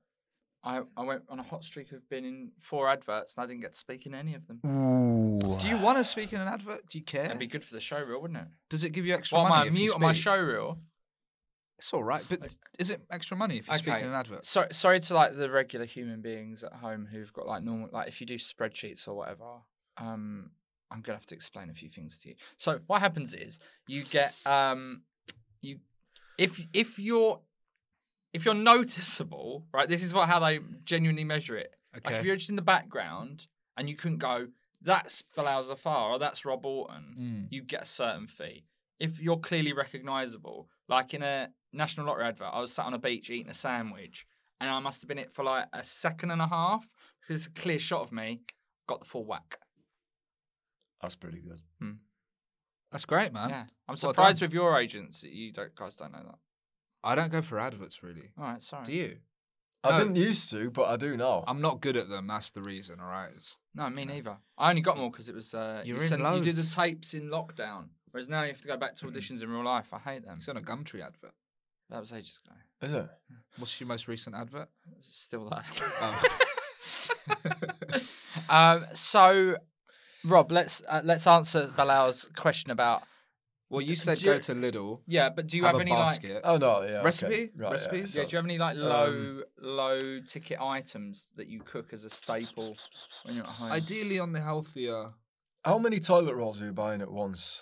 Speaker 2: I I went on a hot streak of being in four adverts and I didn't get to speak in any of them.
Speaker 3: That. Ooh.
Speaker 1: Do you want to speak in an advert? Do you care?
Speaker 2: That'd be good for the showreel, wouldn't it?
Speaker 1: Does it give you extra
Speaker 2: Well,
Speaker 1: money?
Speaker 2: my
Speaker 1: if you
Speaker 2: mute on my
Speaker 1: speak?
Speaker 2: showreel.
Speaker 1: It's all right, but is it extra money if you speak in an advert?
Speaker 2: So, sorry to like the regular human beings at home who've got like normal like if you do spreadsheets or whatever. Um, I'm gonna have to explain a few things to you. So what happens is you get um, you if if you're if you're noticeable, right? This is what how they genuinely measure it. Like
Speaker 1: Okay.
Speaker 2: if you're just in the background and you couldn't go, that's Bilal Zafar or that's Rob Orton,
Speaker 1: Mm.
Speaker 2: you get a certain fee. If you're clearly recognisable, like in a National Lottery advert, I was sat on a beach eating a sandwich and I must have been it for like a second and a half because it's a clear shot of me, got the full whack.
Speaker 4: That's pretty good.
Speaker 1: That's great, man.
Speaker 2: yeah.
Speaker 1: Well
Speaker 2: I'm surprised
Speaker 1: done.
Speaker 2: with your agents that you don't, guys don't know that.
Speaker 1: I don't go for adverts really.
Speaker 2: All right, sorry.
Speaker 1: Do you?
Speaker 3: I
Speaker 1: No. Um,
Speaker 3: didn't used to, but I do now.
Speaker 1: I'm not good at them. That's the reason. All right. It's,
Speaker 2: No, me neither. I only got more because it was uh,
Speaker 1: You're
Speaker 2: you,
Speaker 1: in
Speaker 2: sent- you did the
Speaker 1: loads.
Speaker 2: tapes in lockdown, whereas now you have to go back to auditions in real life. I hate them.
Speaker 1: it's on a Gumtree advert.
Speaker 2: That was ages ago.
Speaker 3: Is it?
Speaker 1: What's your most recent advert?
Speaker 2: It's still that.
Speaker 1: Oh.
Speaker 2: um, so, Rob, let's uh, let's answer Bilal's question about
Speaker 1: Well, you said
Speaker 2: do
Speaker 1: go
Speaker 2: you-
Speaker 1: to Lidl.
Speaker 2: yeah. But do you
Speaker 1: have,
Speaker 2: have,
Speaker 1: a
Speaker 2: any uh,
Speaker 1: basket.
Speaker 3: Oh no, yeah. okay.
Speaker 1: Recipe?
Speaker 3: Right, yeah.
Speaker 1: Recipes?
Speaker 2: like? Yeah, do you have any like low
Speaker 1: Um,
Speaker 2: low ticket items that you cook as a staple when you're at home?
Speaker 1: Ideally, on the healthier,
Speaker 3: How many toilet rolls are you buying at once?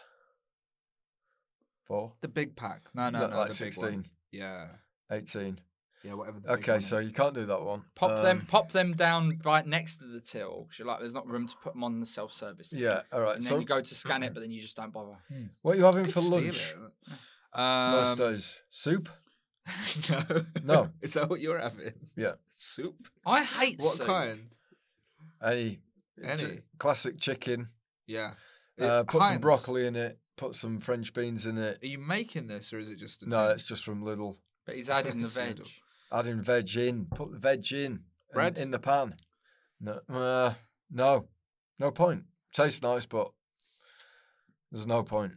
Speaker 3: Four?
Speaker 1: the big pack. No, no,
Speaker 3: Like-
Speaker 1: no,
Speaker 3: like
Speaker 1: the
Speaker 3: 16.
Speaker 1: big one. Yeah,
Speaker 3: 18.
Speaker 1: yeah, whatever. The big
Speaker 3: Okay,
Speaker 1: one
Speaker 3: so
Speaker 1: is.
Speaker 3: you can't do that one.
Speaker 2: Pop
Speaker 3: Um,
Speaker 2: them, pop them down right next to the till. you you're like, there's not room to put them on the self service.
Speaker 3: Yeah, all right.
Speaker 2: and
Speaker 3: So,
Speaker 2: then you go to scan it, but then you just don't bother.
Speaker 3: what are you having
Speaker 1: Could
Speaker 3: for
Speaker 1: steal
Speaker 3: lunch
Speaker 1: it. Um,
Speaker 3: most days? Soup?
Speaker 1: no,
Speaker 3: No.
Speaker 1: Is that what you're having?
Speaker 3: Yeah.
Speaker 1: Soup.
Speaker 2: I hate
Speaker 1: What
Speaker 2: soup.
Speaker 1: kind?
Speaker 3: Any?
Speaker 1: Any.
Speaker 3: Classic chicken.
Speaker 1: Yeah.
Speaker 3: Uh,
Speaker 1: It-
Speaker 3: put some
Speaker 1: Heinz,
Speaker 3: broccoli in it. Put some French beans in it.
Speaker 1: Are you making this, or is it just a
Speaker 3: No,
Speaker 1: tin?
Speaker 3: it's just from Lidl.
Speaker 2: But he's adding the
Speaker 1: It's
Speaker 2: veg.
Speaker 1: middle.
Speaker 3: Adding veg in. Put the veg in. in-
Speaker 1: Bread?
Speaker 3: in, the pan. No, uh, no, no point. Tastes nice, but there's no point.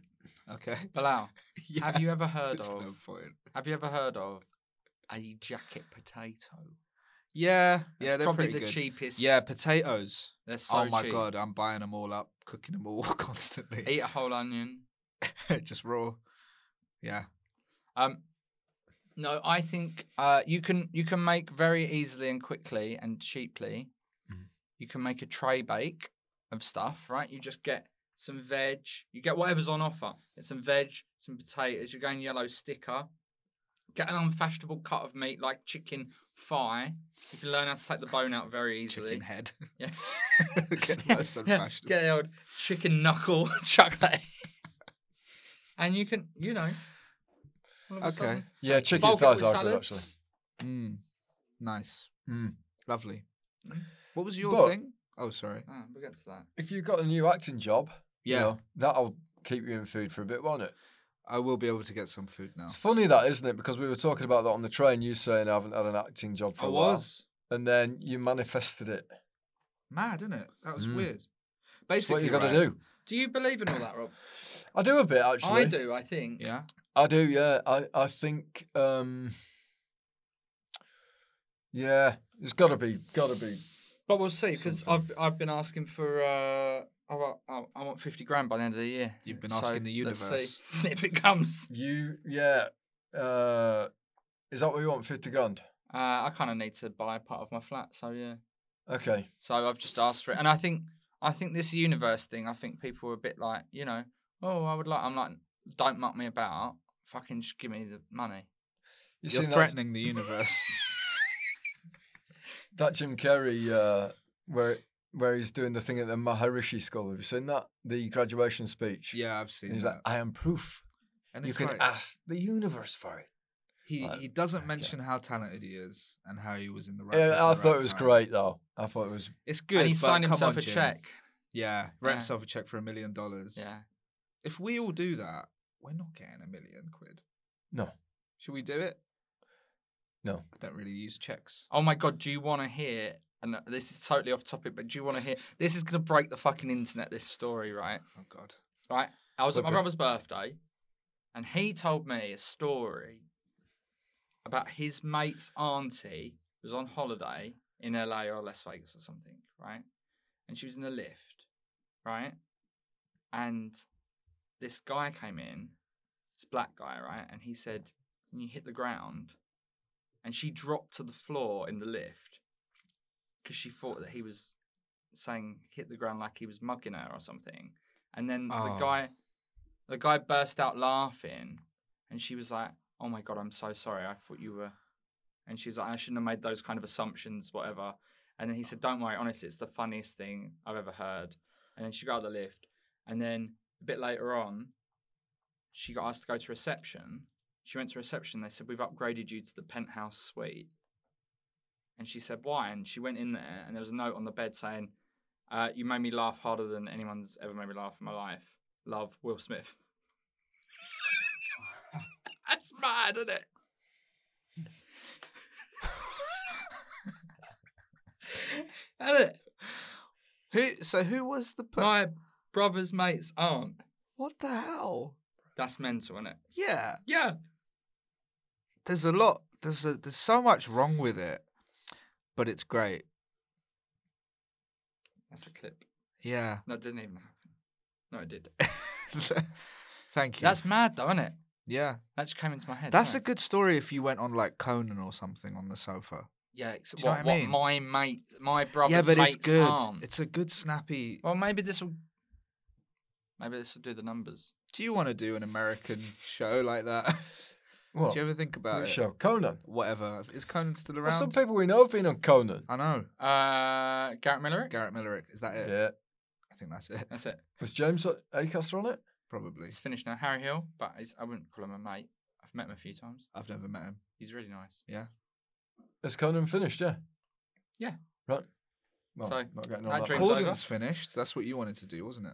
Speaker 1: okay.
Speaker 2: Bilal,
Speaker 1: Yeah,
Speaker 2: have you ever heard
Speaker 1: there's
Speaker 2: of?
Speaker 1: no point.
Speaker 2: Have you ever heard of a jacket potato?
Speaker 1: Yeah, yeah,
Speaker 2: That's
Speaker 1: they're
Speaker 2: probably
Speaker 1: pretty
Speaker 2: the
Speaker 1: good.
Speaker 2: cheapest.
Speaker 1: Yeah, potatoes.
Speaker 2: They're so
Speaker 1: oh my
Speaker 2: cheap.
Speaker 1: god, I'm buying them all up, cooking them all constantly.
Speaker 2: Eat a whole onion.
Speaker 1: just raw. Yeah.
Speaker 2: Um, no, I think uh, you can you can make very easily and quickly and cheaply.
Speaker 1: Mm.
Speaker 2: You can make a tray bake of stuff, right? You just get some veg. You get whatever's on offer. Get some veg, some potatoes. You're going yellow sticker. Get an unfashionable cut of meat like chicken thigh. You can learn how to take the bone out very easily.
Speaker 1: Chicken head.
Speaker 2: Yeah.
Speaker 1: Get the most
Speaker 2: Yeah,
Speaker 1: unfashionable.
Speaker 2: Get the old chicken knuckle, chuck that in. And you can, you know. all of a
Speaker 1: Okay.
Speaker 2: sudden-
Speaker 3: Yeah, chicken
Speaker 2: Bulk it
Speaker 3: thighs
Speaker 2: with
Speaker 3: are good
Speaker 2: salads.
Speaker 3: actually.
Speaker 1: Mm, nice.
Speaker 3: Mm.
Speaker 1: Lovely. What was your
Speaker 3: But-
Speaker 1: thing? Oh, sorry.
Speaker 2: Oh, we'll get to that.
Speaker 3: If you've got a new acting job, you
Speaker 1: Yeah.
Speaker 3: know, that'll keep you in food for a bit, won't it?
Speaker 1: I will be able to get some food now.
Speaker 3: It's funny that, isn't it? Because we were talking about that on the train. You saying I haven't had an acting job
Speaker 2: Oh,
Speaker 3: for
Speaker 1: I
Speaker 3: a while,
Speaker 1: was.
Speaker 3: and then you manifested it.
Speaker 1: Mad, isn't it? That was
Speaker 3: Mm.
Speaker 1: weird.
Speaker 3: That's what
Speaker 1: Basically,
Speaker 3: you got to
Speaker 1: right,
Speaker 3: do.
Speaker 2: Do you believe in all that, Rob?
Speaker 3: I do a bit actually.
Speaker 2: I do, I think.
Speaker 1: Yeah.
Speaker 3: I do, yeah. I, I think um Yeah, it's gotta be gotta be
Speaker 2: But we'll see, because I've, I've been asking for, uh, I, want, I- I want 50 grand by the end of the year.
Speaker 1: You've been
Speaker 2: So
Speaker 1: asking the
Speaker 2: let's see
Speaker 1: universe.
Speaker 2: if it comes.
Speaker 3: you yeah. Uh is that what you want, fifty grand?
Speaker 2: Uh, I kind of need to buy part of my flat, so yeah.
Speaker 3: Okay.
Speaker 2: So I've just asked for it, and I think I think this universe thing. I think people are a bit like, you know, oh, I would like. I'm like, don't muck me about. Fucking just give me the money.
Speaker 3: You
Speaker 1: You're
Speaker 3: seen
Speaker 1: threatening the universe.
Speaker 3: that, that Jim Carrey uh where where he's doing the thing at the Maharishi school. Have you seen that? The graduation speech.
Speaker 1: yeah, I've
Speaker 3: And
Speaker 1: seen
Speaker 3: he's
Speaker 1: that.
Speaker 3: like, I am proof.
Speaker 1: and
Speaker 3: You
Speaker 1: it's
Speaker 3: can
Speaker 1: like,
Speaker 3: ask the universe for it.
Speaker 1: he,
Speaker 3: like,
Speaker 1: he doesn't
Speaker 3: okay.
Speaker 1: mention how talented he is and how he was in the right. place at
Speaker 3: Yeah, I
Speaker 1: the
Speaker 3: thought
Speaker 1: right
Speaker 3: it was
Speaker 1: time.
Speaker 3: great though. I thought it was
Speaker 1: It's good.
Speaker 2: and he
Speaker 1: but
Speaker 2: signed
Speaker 1: come
Speaker 2: himself
Speaker 1: on,
Speaker 2: a
Speaker 1: Jim.
Speaker 2: check.
Speaker 1: Yeah, wrote
Speaker 2: Yeah.
Speaker 1: himself a check for a million dollars.
Speaker 2: Yeah.
Speaker 1: If we all do that, we're not getting a million quid.
Speaker 3: no.
Speaker 1: Should we do it?
Speaker 3: No.
Speaker 1: I don't really use checks.
Speaker 2: Oh my god, do you want to hear? And uh, this is totally off topic, but do you want to hear? This is gonna break the fucking internet. This story, right?
Speaker 1: Oh God.
Speaker 2: Right. I was at my
Speaker 3: Okay.
Speaker 2: brother's birthday, and he told me a story about his mate's auntie who was on holiday in LA or Las Vegas or something, right? And she was in the lift, right? And this guy came in, this black guy, right? And he said, Can you hit the ground? And she dropped to the floor in the lift because she thought that he was saying hit the ground like he was mugging her or something. And then
Speaker 1: Oh.
Speaker 2: the guy the guy burst out laughing and she was like, Oh my god, I'm so sorry. I thought you were and she was like, I shouldn't have made those kind of assumptions, whatever. And then he said, Don't worry, honestly, it's the funniest thing I've ever heard. and then she got out of the lift. And then a bit later on, she got asked to go to reception. She went to reception. They said, We've upgraded you to the penthouse suite. And she said, Why? And she went in there, and there was a note on the bed saying, uh, You made me laugh harder than anyone's ever made me laugh in my life. Love, Will Smith. That's mad, isn't it? Isn't it?
Speaker 1: Who? So who was the? Per-
Speaker 2: My brother's mate's aunt.
Speaker 1: what the hell?
Speaker 2: That's mental, isn't it?
Speaker 1: Yeah.
Speaker 2: Yeah.
Speaker 1: There's a lot. There's a, there's so much wrong with it, but it's great.
Speaker 2: That's a clip.
Speaker 1: Yeah.
Speaker 2: No, it didn't even happen. No, it did.
Speaker 1: Thank you.
Speaker 2: That's mad, though, isn't it?
Speaker 1: yeah.
Speaker 2: That just came into my head.
Speaker 1: That's a
Speaker 2: sorry.
Speaker 1: good story if you went on like Conan or something on the sofa.
Speaker 2: Yeah, except
Speaker 1: Do you know
Speaker 2: what,
Speaker 1: what I
Speaker 2: what my mate, my brother's
Speaker 1: yeah, but
Speaker 2: mate's
Speaker 1: it's good.
Speaker 2: aunt. Oh.
Speaker 1: It's a good snappy.
Speaker 2: Well, maybe this will. Maybe this will do the numbers.
Speaker 1: Do you want to do an American show like that?
Speaker 3: What?
Speaker 1: do you ever think about it?
Speaker 3: Which show? Conan.
Speaker 1: Whatever. Is Conan still around?
Speaker 3: Well, some people we know have been on Conan.
Speaker 1: I know.
Speaker 2: Uh, Garrett Millerick.
Speaker 1: Garrett Millerick. Is that it?
Speaker 3: Yeah.
Speaker 1: I think that's it.
Speaker 2: That's it.
Speaker 3: Was James Acaster on it?
Speaker 1: Probably.
Speaker 2: He's finished now. Harry Hill, but he's, I wouldn't call him a mate. I've met him a few times.
Speaker 1: I've never met him.
Speaker 2: He's really nice.
Speaker 1: Yeah.
Speaker 3: Is Conan finished? Yeah.
Speaker 2: Yeah.
Speaker 3: Right. Well,
Speaker 2: So,
Speaker 3: not getting
Speaker 2: that
Speaker 3: on that.
Speaker 2: dream's
Speaker 3: Corden-
Speaker 2: over.
Speaker 1: Corden's finished. That's what you wanted to do, wasn't it?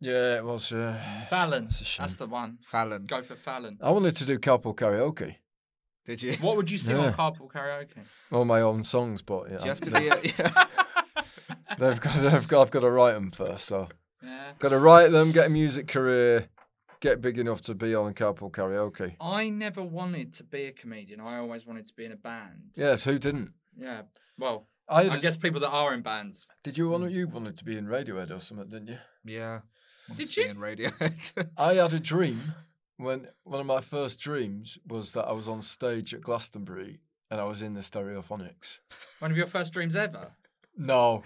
Speaker 3: Yeah, it was. Uh,
Speaker 2: Fallon.
Speaker 3: That's a
Speaker 2: That's, the
Speaker 3: shame.
Speaker 2: one.
Speaker 1: Fallon.
Speaker 2: Go for Fallon.
Speaker 3: I wanted to do carpool karaoke.
Speaker 1: Did you?
Speaker 2: What would you sing on
Speaker 3: Yeah.
Speaker 2: carpool karaoke?
Speaker 3: All my own songs, but yeah,
Speaker 1: Do you have to
Speaker 3: they-
Speaker 1: be a, yeah.
Speaker 3: they've got, they've got, I've got to write them first. So,
Speaker 2: Yeah.
Speaker 3: got to write them, get a music career, get big enough to be on carpool karaoke.
Speaker 2: I never wanted to be a comedian. I always wanted to be in a band.
Speaker 3: Yeah, who didn't?
Speaker 2: Yeah. Well,
Speaker 3: I,
Speaker 2: I guess people that are in bands.
Speaker 3: Did you
Speaker 1: Hmm.
Speaker 3: want you wanted to be in Radiohead or something, didn't you?
Speaker 1: yeah.
Speaker 2: Did
Speaker 1: Must be
Speaker 2: you?
Speaker 1: In Radiohead.
Speaker 3: I had a dream when one of my first dreams was that I was on stage at Glastonbury and I was in the Stereophonics.
Speaker 2: One of your first dreams ever.
Speaker 3: No.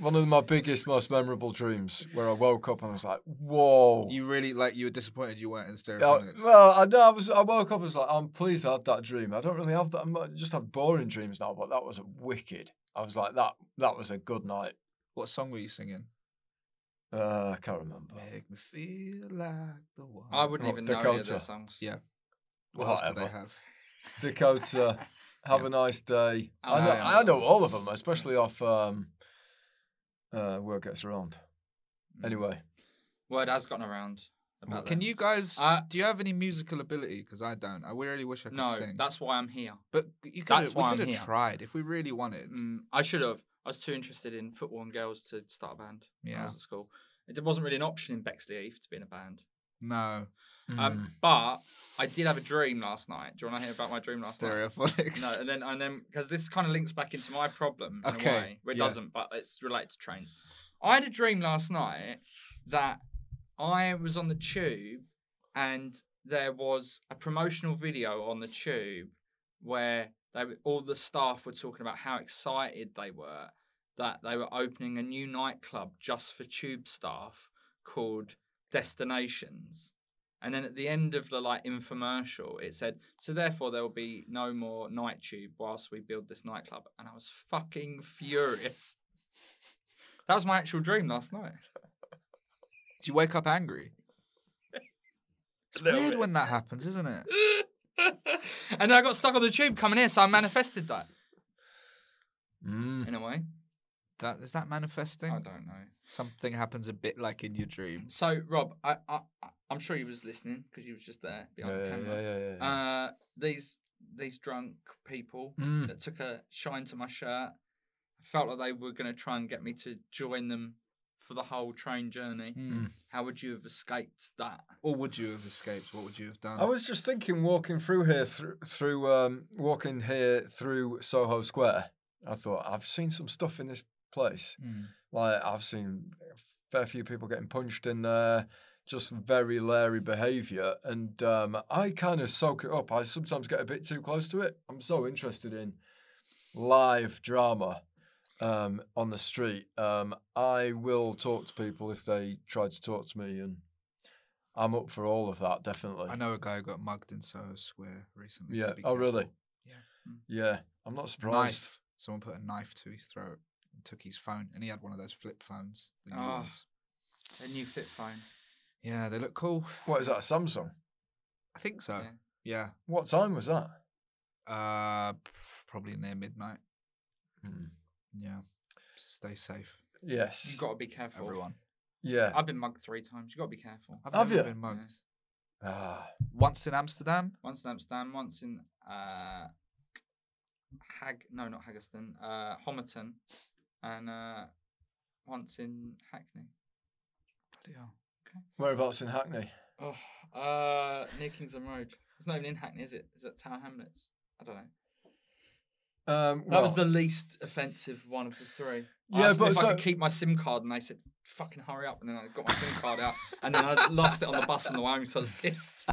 Speaker 3: One of my biggest, most memorable dreams where I woke up and I was like, whoa.
Speaker 1: you really like you were disappointed you weren't in
Speaker 3: Yeah,
Speaker 1: Stereophonics.
Speaker 3: Oh, well, I know I was. I woke up and was like, "I'm pleased I had that dream. I don't really have that. I just have boring dreams now, but that was wicked. I was like, that. That was a good night.
Speaker 1: what song were you singing?
Speaker 3: Uh, I can't remember.
Speaker 1: Make me feel like Oh, the one.
Speaker 2: I wouldn't
Speaker 3: What,
Speaker 2: even know any of their
Speaker 3: Dakota?
Speaker 2: songs.
Speaker 1: Yeah. What else do they
Speaker 3: Whatever.
Speaker 1: have?
Speaker 3: Dakota, have a nice day. I,
Speaker 2: Oh,
Speaker 3: know,
Speaker 2: yeah.
Speaker 3: I know all of them, especially off um, uh, Word Gets Around.
Speaker 2: Mm.
Speaker 3: Anyway,
Speaker 2: Word has gotten around about
Speaker 1: Can
Speaker 2: them.
Speaker 1: you guys?
Speaker 2: Uh,
Speaker 1: do you have any musical ability? Because I don't. I really wish I could
Speaker 2: No,
Speaker 1: sing.
Speaker 2: that's why I'm here.
Speaker 1: But you could.
Speaker 2: that's
Speaker 1: That's we
Speaker 2: why
Speaker 1: could
Speaker 2: I'm
Speaker 1: have
Speaker 2: here.
Speaker 1: tried if we really wanted.
Speaker 2: Mm, I should have. I was too interested in football and girls to start a band when I
Speaker 1: Yeah.
Speaker 2: was at school. It wasn't really an option in Bexley Heath to be in a band.
Speaker 1: No.
Speaker 2: Um,
Speaker 1: Mm.
Speaker 2: but I did have a dream last night. Do you want to hear about my dream last night?
Speaker 1: Stereophonics.
Speaker 2: No, and then and then because this kind of links back into my problem in
Speaker 1: Okay,
Speaker 2: a way. Well, it
Speaker 1: yeah.
Speaker 2: doesn't, but it's related to trains. I had a dream last night that I was on the tube and there was a promotional video on the tube where they were- all the staff were talking about how excited they were that they were opening a new nightclub just for tube staff called Destinations. And then at the end of the like infomercial, it said, "So therefore, there will be no more night tube whilst we build this nightclub." And I was fucking furious. that was my actual dream last night.
Speaker 1: Do you wake up angry? It's weird when that happens, isn't it?
Speaker 2: and then I got stuck on the tube coming here, so I manifested that.
Speaker 3: Mm.
Speaker 2: a way.
Speaker 1: That is that manifesting?
Speaker 2: I don't know.
Speaker 1: Something happens a bit like in your dreams.
Speaker 2: So, Rob, I, I I- I'm sure you was listening because you was just there behind the
Speaker 3: Yeah, yeah,
Speaker 2: camera.
Speaker 3: yeah, yeah, yeah.
Speaker 2: Uh, these these drunk people
Speaker 3: Mm.
Speaker 2: that took a shine to my shirt felt like they were going to try and get me to join them for the whole train journey.
Speaker 1: Hmm.
Speaker 2: How would you have escaped that?
Speaker 1: Or Mm. would you have escaped? What would you have done?
Speaker 3: I was just thinking, walking through here, through, through um, walking here through Soho Square, I thought I've seen some stuff in this place. Like I've seen a fair few people getting punched in there, just very leery behaviour, and um, I kind of soak it up. I sometimes get a bit too close to it. I'm so interested in live drama um, on the street. Um, I will talk to people if they try to talk to me, and I'm up for all of that definitely.
Speaker 1: I know a guy who got mugged in Soho Square recently.
Speaker 3: Yeah.
Speaker 1: So be
Speaker 3: Oh, really?
Speaker 1: careful.
Speaker 2: Mm.
Speaker 3: Yeah, I'm not surprised.
Speaker 1: Knife. Someone put a knife to his throat and took his phone, and he had one of those flip phones. The new
Speaker 2: Ah.
Speaker 1: ones.
Speaker 2: A new fit phone.
Speaker 1: Yeah, they look cool.
Speaker 3: What is that? A Samsung.
Speaker 1: I think so.
Speaker 2: Yeah.
Speaker 1: Yeah.
Speaker 3: What time was that?
Speaker 1: Uh, pff, probably near midnight.
Speaker 2: Hmm.
Speaker 3: Mm.
Speaker 1: Yeah. Stay safe,
Speaker 3: Yes.
Speaker 2: You've got to be careful.
Speaker 1: everyone.
Speaker 3: yeah.
Speaker 2: I've been mugged three times. You've got to be careful.
Speaker 1: I've
Speaker 3: Have
Speaker 1: never
Speaker 3: you?
Speaker 1: been mugged.
Speaker 3: Ah,
Speaker 1: Once in Amsterdam.
Speaker 2: Once in Amsterdam, once in uh, Hag, no, not Haggerston, uh, Homerton, and uh, once in Hackney.
Speaker 1: Bloody hell.
Speaker 3: whereabouts in Hackney?
Speaker 2: Oh, uh, near Kingsland Road. It's not even in Hackney, is it? Is that Tower Hamlets? I don't know.
Speaker 3: Um,
Speaker 2: That was
Speaker 3: well,
Speaker 2: the least offensive one of the three. I
Speaker 3: Yeah,
Speaker 2: asked them
Speaker 3: but
Speaker 2: if I could
Speaker 3: so-
Speaker 2: keep my SIM card, and they said, "Fucking hurry up!" And then I got my SIM card out, and then I lost it on the bus on the way home, so I was pissed.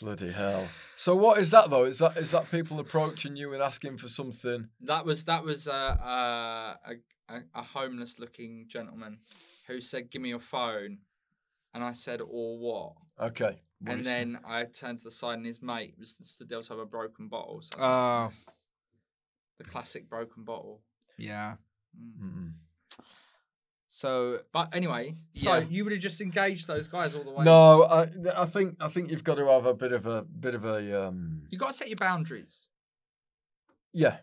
Speaker 3: bloody hell. So what is that though? Is that is that people approaching you and asking for something?
Speaker 2: That was that was uh, uh, a a, a homeless looking gentleman who said, "Give me your phone," and I said, "Or what?"
Speaker 3: Okay.
Speaker 2: and then I turned to the side, and his mate was stood there also with a broken bottle. So I said,
Speaker 1: Oh,
Speaker 2: the classic broken bottle.
Speaker 1: yeah.
Speaker 3: Mm-mm.
Speaker 1: So
Speaker 2: But anyway,
Speaker 1: Yeah.
Speaker 2: so you would have just engaged those guys all the way.
Speaker 3: No, I I think I think you've got to have a bit of a bit of a um,
Speaker 2: you got to set your boundaries.
Speaker 3: Yeah.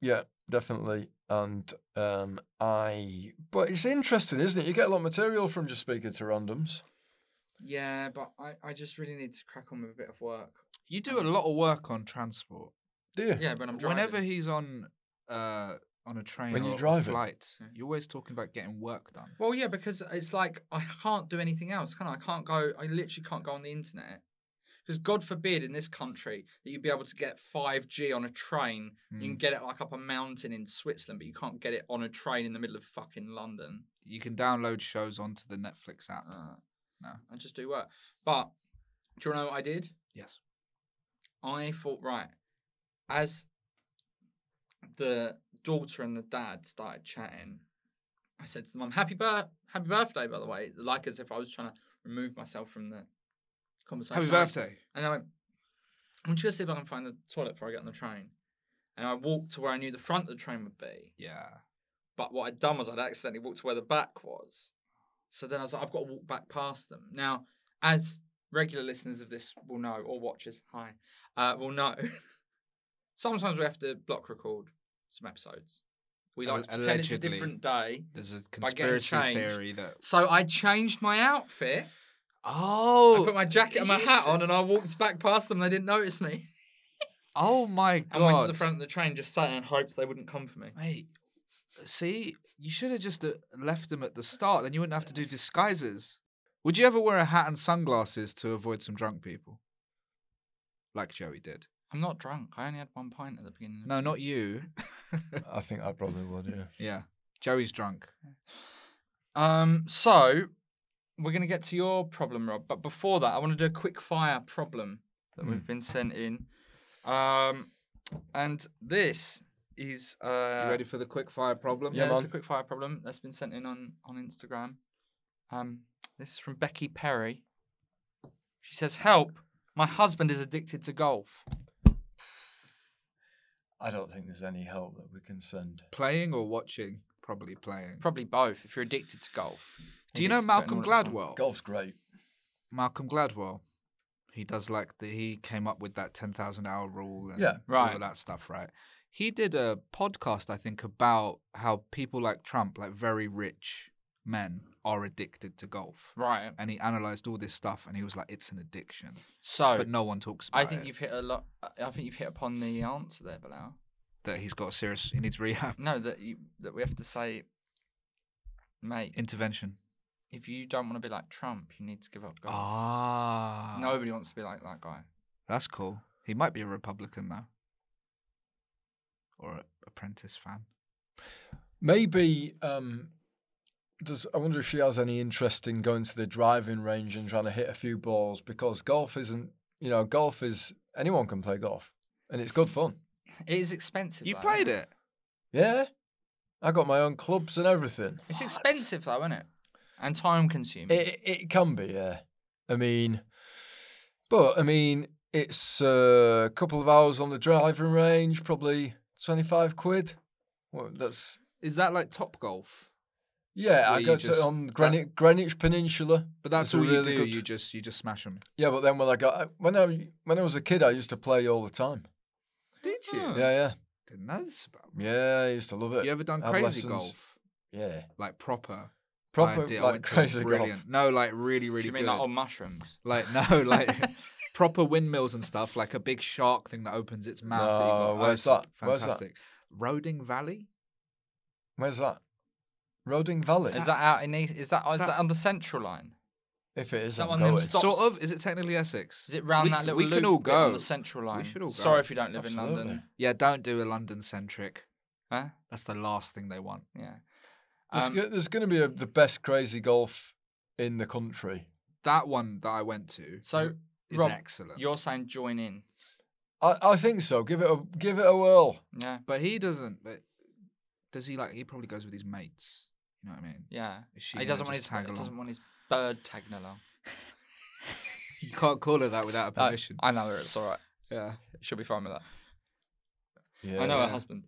Speaker 3: Yeah, definitely. And um I but it's interesting, isn't it? You get a lot of material from just speaking to randoms.
Speaker 2: Yeah, but I, I just really need to crack on with a bit of work.
Speaker 1: you do a lot of work on transport.
Speaker 3: Do you?
Speaker 2: Yeah, when Um, I'm driving.
Speaker 1: Whenever he's on uh on a train
Speaker 3: When you
Speaker 1: or a
Speaker 3: drive it.
Speaker 1: flight, you're always talking about getting work done.
Speaker 2: Well, yeah, because it's like I can't do anything else, can I? I can't go. I literally can't go on the internet. Because God forbid in this country that you'd be able to get 5G on a train. You can get it like up a mountain in Switzerland, but you can't get it on a train in the middle of fucking London.
Speaker 1: You can download shows onto the Netflix app.
Speaker 2: Uh,
Speaker 1: No.
Speaker 2: I just do work. But do you know what I did?
Speaker 1: Yes.
Speaker 2: I thought, right, as the daughter and the dad started chatting, I said to them, "I'm happy birth, happy birthday, by the way." Like as if I was trying to remove myself from the conversation.
Speaker 1: Happy birthday.
Speaker 2: And I went, "I'm just gonna see if I can find the toilet before I get on the train." And I walked to where I knew the front of the train would be.
Speaker 1: Yeah.
Speaker 2: But what I'd done was I'd accidentally walked to where the back was. So then I was like, I've got to walk back past them. Now, as regular listeners of this will know, or watchers, hi, uh, will know, sometimes we have to block record some episodes. We like to
Speaker 1: Al-
Speaker 2: pretend it's a
Speaker 1: allegedly.
Speaker 2: different day.
Speaker 1: There's a
Speaker 2: By getting
Speaker 1: conspiracy
Speaker 2: changed.
Speaker 1: theory that
Speaker 2: So I changed my outfit.
Speaker 1: Oh
Speaker 2: I put my jacket and my
Speaker 1: you
Speaker 2: hat
Speaker 1: said-
Speaker 2: on and I walked back past them. They didn't notice me.
Speaker 1: Oh my
Speaker 2: I
Speaker 1: god.
Speaker 2: went to the front of the train, just sat there and hoped they wouldn't come for me.
Speaker 1: Mate, see, you should have just uh, left them at the start. Then you wouldn't have to do disguises. Would you ever wear a hat and sunglasses to avoid some drunk people? Like Joey did.
Speaker 2: I'm not drunk. I only had one pint at the beginning.
Speaker 1: No, not you.
Speaker 3: I think I probably would, yeah.
Speaker 1: yeah. Joey's drunk.
Speaker 2: Um, so we're gonna get to your problem, Rob. But before that, I want to do a quick fire problem that we've been sent in. Um, and this is uh,
Speaker 1: you ready for the quick fire problem?
Speaker 2: yeah,
Speaker 3: Yeah,
Speaker 2: it's
Speaker 3: man.
Speaker 2: a quick fire problem that's been sent in on on Instagram. Um, this is from Becky Perry. She says, "Help! My husband is addicted to golf.
Speaker 3: I don't think there's any help that we can send.
Speaker 1: Playing or watching? Probably playing.
Speaker 2: Probably both. If you're addicted to golf,
Speaker 1: Do you know
Speaker 2: Addicted to it and
Speaker 1: Malcolm
Speaker 2: all that stuff.
Speaker 1: Gladwell?
Speaker 3: Golf's great.
Speaker 1: Malcolm Gladwell. He does like the, he came up with that ten thousand hour rule and
Speaker 3: Yeah,
Speaker 1: all
Speaker 2: right.
Speaker 1: of that stuff, right? He did a podcast, I think, about how people like Trump, like very rich men, are addicted to golf.
Speaker 2: Right.
Speaker 1: And he analyzed all this stuff, and he was like, "It's an addiction,"
Speaker 2: So
Speaker 1: but no one talks about
Speaker 2: Oh. I
Speaker 1: it.
Speaker 2: think you've hit a lot. I think you've hit upon the answer there, Bilal.
Speaker 1: that he's got a serious. He needs rehab
Speaker 2: No, that you that we have to say, mate.
Speaker 1: intervention.
Speaker 2: if you don't want to be like Trump, you need to give up golf.
Speaker 1: Ah,
Speaker 2: 'Cause Nobody wants to be like that guy.
Speaker 1: That's cool. He might be a Republican though, or a Apprentice fan.
Speaker 3: Maybe um, does I wonder if she has any interest in going to the driving range and trying to hit a few balls because golf isn't you know golf is anyone can play golf and it's good fun.
Speaker 2: It is expensive.
Speaker 1: You
Speaker 2: though.
Speaker 1: played it.
Speaker 3: Yeah, I got my own clubs and everything.
Speaker 2: It's expensive though, isn't it? And time consuming.
Speaker 3: It it can be yeah. I mean, but I mean it's uh, a couple of hours on the driving range, probably twenty five quid. Well, that's
Speaker 1: Is that like Top Golf?
Speaker 3: yeah.
Speaker 1: Where
Speaker 3: I
Speaker 1: you
Speaker 3: go
Speaker 1: just-
Speaker 3: to on Greenwich, Greenwich Peninsula.
Speaker 1: But that's
Speaker 3: It's a
Speaker 1: all you
Speaker 3: really
Speaker 1: do.
Speaker 3: good-
Speaker 1: You just you just smash them.
Speaker 3: Yeah, but then when I got when I when I was a kid, I used to play all the time.
Speaker 1: Did you?
Speaker 3: Yeah, yeah,
Speaker 1: Didn't know this about me.
Speaker 3: yeah. I used to love it.
Speaker 1: You ever done
Speaker 3: Had
Speaker 1: crazy
Speaker 3: lessons.
Speaker 1: golf?
Speaker 3: Yeah,
Speaker 1: Like proper.
Speaker 3: proper
Speaker 1: I did. I
Speaker 3: like
Speaker 1: went to a
Speaker 3: crazy
Speaker 1: brilliant.
Speaker 3: golf.
Speaker 1: No, like really, really
Speaker 2: Do you
Speaker 1: good.
Speaker 2: mean like on mushrooms?
Speaker 1: Like no, like proper windmills and stuff, like a big shark thing that opens its mouth. that you've got
Speaker 3: No, where's
Speaker 1: ice-
Speaker 3: that? Where's that?
Speaker 1: Fantastic. Roding Valley?
Speaker 3: Where's that? Roding Valley.
Speaker 2: Is that out in East? Is that is
Speaker 1: that-
Speaker 2: that on the Central Line?
Speaker 3: if it is,
Speaker 2: that
Speaker 3: I'm
Speaker 2: one of them
Speaker 3: going.
Speaker 2: Stops.
Speaker 1: Sort of. Is it technically Essex?
Speaker 2: Is it round
Speaker 1: We-
Speaker 2: that little
Speaker 1: We
Speaker 2: loop
Speaker 1: can all
Speaker 2: bit
Speaker 1: go
Speaker 2: on the Central Line?
Speaker 1: We should all go.
Speaker 2: Sorry if you don't live in
Speaker 3: Absolutely.
Speaker 2: London.
Speaker 1: Yeah, don't do a London centric.
Speaker 2: Huh?
Speaker 1: That's the last thing they want.
Speaker 2: Yeah.
Speaker 3: There's,
Speaker 2: Um,
Speaker 3: go- there's going to be a, the best crazy golf in the country.
Speaker 1: That one that I went to
Speaker 2: So,
Speaker 1: is, is
Speaker 2: Rob,
Speaker 1: excellent.
Speaker 2: You're saying join in.
Speaker 3: I, I think so. Give it a give it a whirl.
Speaker 2: Yeah.
Speaker 1: But he doesn't. But does he like? He probably goes with his mates. You know what I mean?
Speaker 2: Yeah.
Speaker 1: Is she
Speaker 2: he
Speaker 1: gonna
Speaker 2: doesn't want his
Speaker 1: just tag
Speaker 2: he doesn't
Speaker 1: along?
Speaker 2: want his bird tagging along.
Speaker 1: You can't call her that without a
Speaker 2: No,
Speaker 1: permission.
Speaker 2: I know her. It's all right.
Speaker 1: yeah.
Speaker 2: She'll be fine with that.
Speaker 3: Yeah,
Speaker 2: I know her
Speaker 1: yeah.
Speaker 2: husband.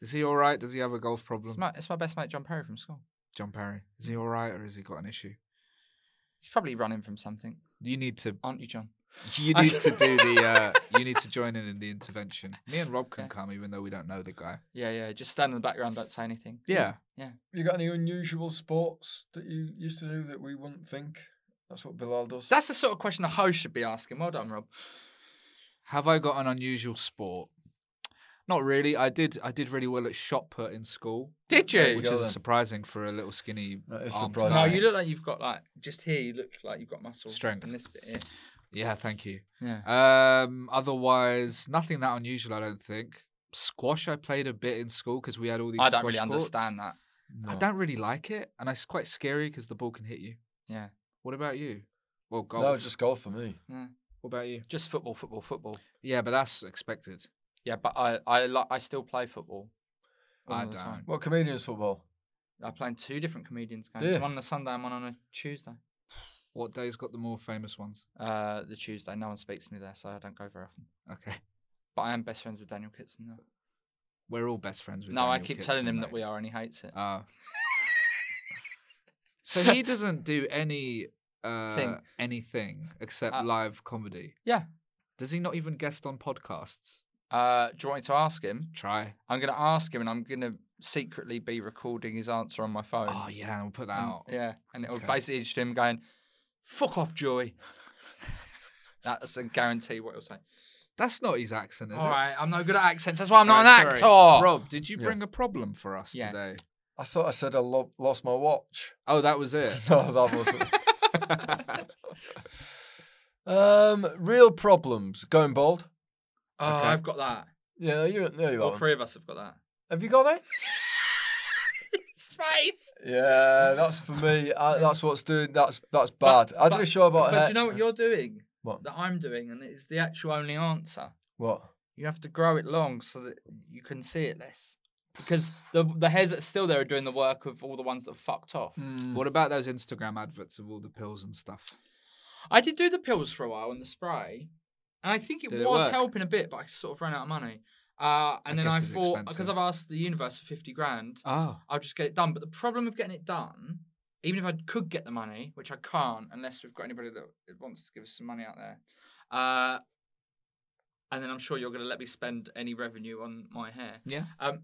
Speaker 1: Is he all right? Does he have a golf problem?
Speaker 2: It's my, it's my best mate, John Perry from school.
Speaker 1: John Perry. Is he all right, or has he got an issue?
Speaker 2: He's probably running from something,
Speaker 1: You need to.
Speaker 2: aren't you, John?
Speaker 1: You need to do the. Uh, you need to join in in the intervention. Me and Rob can
Speaker 2: Yeah.
Speaker 1: come, even though we don't know the guy.
Speaker 2: Yeah, yeah. Just stand in the background, don't say anything.
Speaker 1: Yeah.
Speaker 2: Yeah.
Speaker 3: You got any unusual sports that you used to do that we wouldn't think? That's what Bilal does.
Speaker 2: That's the sort of question a host should be asking. Well done, Rob.
Speaker 1: Have I got an unusual sport? Not really. I did. I did really well at shot put in school.
Speaker 2: Did you?
Speaker 1: Which
Speaker 3: Go
Speaker 1: is
Speaker 3: then.
Speaker 1: surprising for a little skinny.
Speaker 3: That is
Speaker 1: armed
Speaker 3: surprising.
Speaker 2: No,
Speaker 1: guy.
Speaker 2: you look like you've got like just here. You look like you've got muscle
Speaker 1: Strength.
Speaker 2: in this bit. Here.
Speaker 1: Yeah, thank you.
Speaker 2: Yeah.
Speaker 1: Um, otherwise, nothing that unusual. I don't think squash. I played a bit in school because we had all these.
Speaker 2: I don't
Speaker 1: squash
Speaker 2: really
Speaker 1: courts.
Speaker 2: understand that.
Speaker 1: I don't really like it, and it's quite scary because the ball can hit you.
Speaker 2: Yeah.
Speaker 1: What about you? Well, golf.
Speaker 3: no, just golf for me.
Speaker 2: yeah.
Speaker 1: What about you?
Speaker 2: Just football, football, football.
Speaker 1: Yeah, but that's expected.
Speaker 2: Yeah, but I I li- I still play football. all
Speaker 1: I
Speaker 2: the
Speaker 1: don't.
Speaker 2: time.
Speaker 3: What comedians football?
Speaker 2: I play in two different comedians
Speaker 3: Do
Speaker 2: games.
Speaker 3: you?
Speaker 2: One on a Sunday and one on a Tuesday.
Speaker 1: What day's got the more famous ones?
Speaker 2: Uh, the Tuesday, no one speaks to me there, so I don't go very often.
Speaker 1: Okay,
Speaker 2: But I am best friends with Daniel Kitson. Though.
Speaker 1: we're all best friends with.
Speaker 2: No, I
Speaker 1: Daniel
Speaker 2: keep telling
Speaker 1: Kitson,
Speaker 2: him
Speaker 1: mate.
Speaker 2: that we are, and he hates it.
Speaker 1: Oh. so he doesn't do any uh,
Speaker 2: Thing.
Speaker 1: anything except
Speaker 2: Uh,
Speaker 1: live comedy.
Speaker 2: yeah.
Speaker 1: Does he not even guest on podcasts?
Speaker 2: Uh, do you want me to ask him?
Speaker 1: Try.
Speaker 2: I'm going to ask him, and I'm going to secretly be recording his Um, answer on my phone.
Speaker 1: Oh yeah, we'll put that
Speaker 2: And-
Speaker 1: out.
Speaker 2: yeah, and it'll
Speaker 1: Okay.
Speaker 2: basically just him going, "Fuck off, Joy." That's a guarantee what he'll say.
Speaker 1: That's not his accent, is
Speaker 2: All
Speaker 1: it?
Speaker 2: right, I'm no good at accents. That's why I'm not
Speaker 1: Right,
Speaker 2: an actor.
Speaker 1: sorry. Rob, did you
Speaker 3: Yeah.
Speaker 1: bring a problem for us
Speaker 2: Yes.
Speaker 1: today?
Speaker 3: I thought I said I lo- lost my watch.
Speaker 1: Oh, that was it.
Speaker 3: No, that wasn't. um, real problems. Going bald.
Speaker 2: Oh,
Speaker 1: Okay.
Speaker 2: I've got that.
Speaker 3: Yeah, you, there you
Speaker 2: All
Speaker 3: are.
Speaker 2: three of us have got that.
Speaker 3: Have you got it?
Speaker 2: Space.
Speaker 3: Yeah, that's for me. I, that's what's doing. That's that's bad. I did a show about
Speaker 2: But
Speaker 3: hair.
Speaker 2: do you know what you're doing?
Speaker 3: What?
Speaker 2: That I'm doing, and it's the actual only answer.
Speaker 3: What?
Speaker 2: You have to grow it long so that you can see it less. Because the the hairs that are still there are doing the work of all the ones that have fucked off.
Speaker 1: What about those Instagram adverts of all the pills and stuff?
Speaker 2: I did do the pills for a while and the spray, and I think it
Speaker 1: Did it
Speaker 2: was
Speaker 1: work?
Speaker 2: helping a bit, but I sort of ran out of money. Uh, and
Speaker 1: I
Speaker 2: then
Speaker 1: guess
Speaker 2: I
Speaker 1: it's
Speaker 2: thought
Speaker 1: expensive.
Speaker 2: because I've asked the universe for fifty grand,
Speaker 1: Oh,
Speaker 2: I'll just get it done. But the problem of getting it done even if I could get the money, which I can't, unless we've got anybody that wants to give us some money out there. Uh, and then I'm sure you're going to let me spend any revenue on my hair.
Speaker 1: Yeah.
Speaker 2: Um,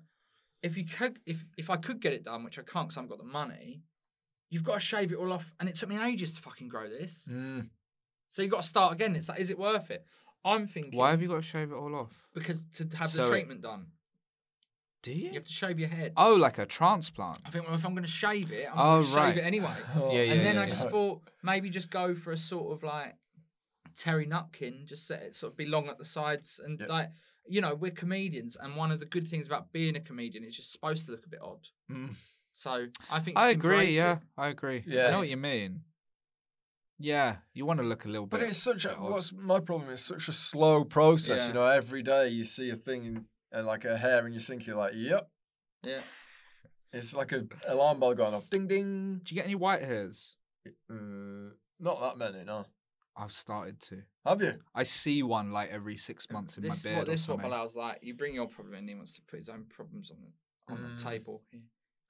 Speaker 2: if you could, if if I could get it done, which I can't because I haven't got the money, you've got to shave it all off, and it took me ages to fucking grow this.
Speaker 3: Mm.
Speaker 2: So you've got to start again. It's like, is it worth it? I'm thinking.
Speaker 1: Why have you got to shave it all off?
Speaker 2: Because to have
Speaker 1: So
Speaker 2: the
Speaker 1: it-
Speaker 2: treatment done,
Speaker 1: Do
Speaker 2: you have to shave your head.
Speaker 1: Oh, like a transplant.
Speaker 2: I think well, if I'm going to shave it, I'm
Speaker 1: Oh,
Speaker 2: going to
Speaker 1: right.
Speaker 2: shave it anyway.
Speaker 3: Oh,
Speaker 1: Yeah, yeah,
Speaker 2: and then
Speaker 1: yeah,
Speaker 2: I
Speaker 1: yeah.
Speaker 2: just thought maybe just go for a sort of like Terry Nutkin, just let it sort of be long at the sides and like you know we're comedians, and one of the good things about being a comedian is you're supposed to look a bit odd.
Speaker 1: Mm.
Speaker 2: So I think
Speaker 1: I
Speaker 2: just embrace
Speaker 1: agree.
Speaker 2: it.
Speaker 1: Yeah, I agree. I
Speaker 3: Yeah.
Speaker 1: know what you mean. Yeah, you want to look a little bit.
Speaker 3: But it's such a
Speaker 1: bit odd.
Speaker 3: what's my problem? It's such a slow process. You
Speaker 2: Yeah.
Speaker 3: know, every day you see a thing and, and like a hair, and you think you're like, "Yep."
Speaker 2: yeah.
Speaker 3: It's like a alarm bell going off, ding ding.
Speaker 1: Do you get any white hairs?
Speaker 3: Uh, not that many, no.
Speaker 1: I've started to.
Speaker 3: Have you?
Speaker 1: I see one like every six months in
Speaker 2: This
Speaker 1: my
Speaker 2: is
Speaker 1: beard.
Speaker 2: what
Speaker 1: or
Speaker 2: this is what
Speaker 1: something.
Speaker 2: Bilal's like. You bring your problem in, he wants to put his own problems on the on the table. Yeah.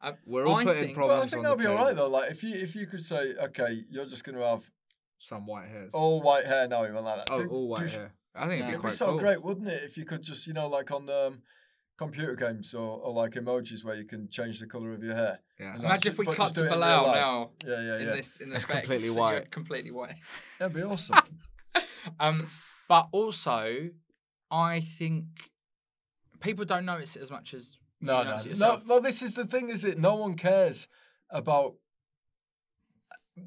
Speaker 2: Um,
Speaker 1: Mm. We're all
Speaker 2: I
Speaker 1: putting
Speaker 2: think-
Speaker 3: But I
Speaker 1: Problems on
Speaker 3: think
Speaker 1: the
Speaker 3: that'll be all right
Speaker 1: table.
Speaker 3: though. Like if you if you could say, okay, you're just gonna have
Speaker 1: Some white hairs. Oh,
Speaker 3: all white hair now, even like that. Ding,
Speaker 1: all white
Speaker 3: doosh.
Speaker 1: hair. I think it'd
Speaker 2: Yeah.
Speaker 1: be
Speaker 3: It'd
Speaker 1: quite
Speaker 3: be so
Speaker 1: cool.
Speaker 3: great, wouldn't it, if you could just, you know, like on um, computer games or, or like emojis where you can change the color of your hair.
Speaker 1: Yeah.
Speaker 3: And, like,
Speaker 2: Imagine
Speaker 3: just-
Speaker 2: if we
Speaker 3: but
Speaker 2: cut
Speaker 3: just
Speaker 2: to
Speaker 3: do it in real
Speaker 2: Bilal
Speaker 3: life.
Speaker 2: now
Speaker 3: Yeah, yeah,
Speaker 2: in
Speaker 3: yeah.
Speaker 2: this in the
Speaker 1: It's
Speaker 2: specs,
Speaker 1: completely
Speaker 2: you're
Speaker 1: white.
Speaker 2: completely white.
Speaker 3: That'd be awesome.
Speaker 2: Um, but also, I think people don't notice it as much as you
Speaker 3: No, no,
Speaker 2: notice it
Speaker 3: no,
Speaker 2: yourself.
Speaker 3: no. This is the thing, is it? No one cares about.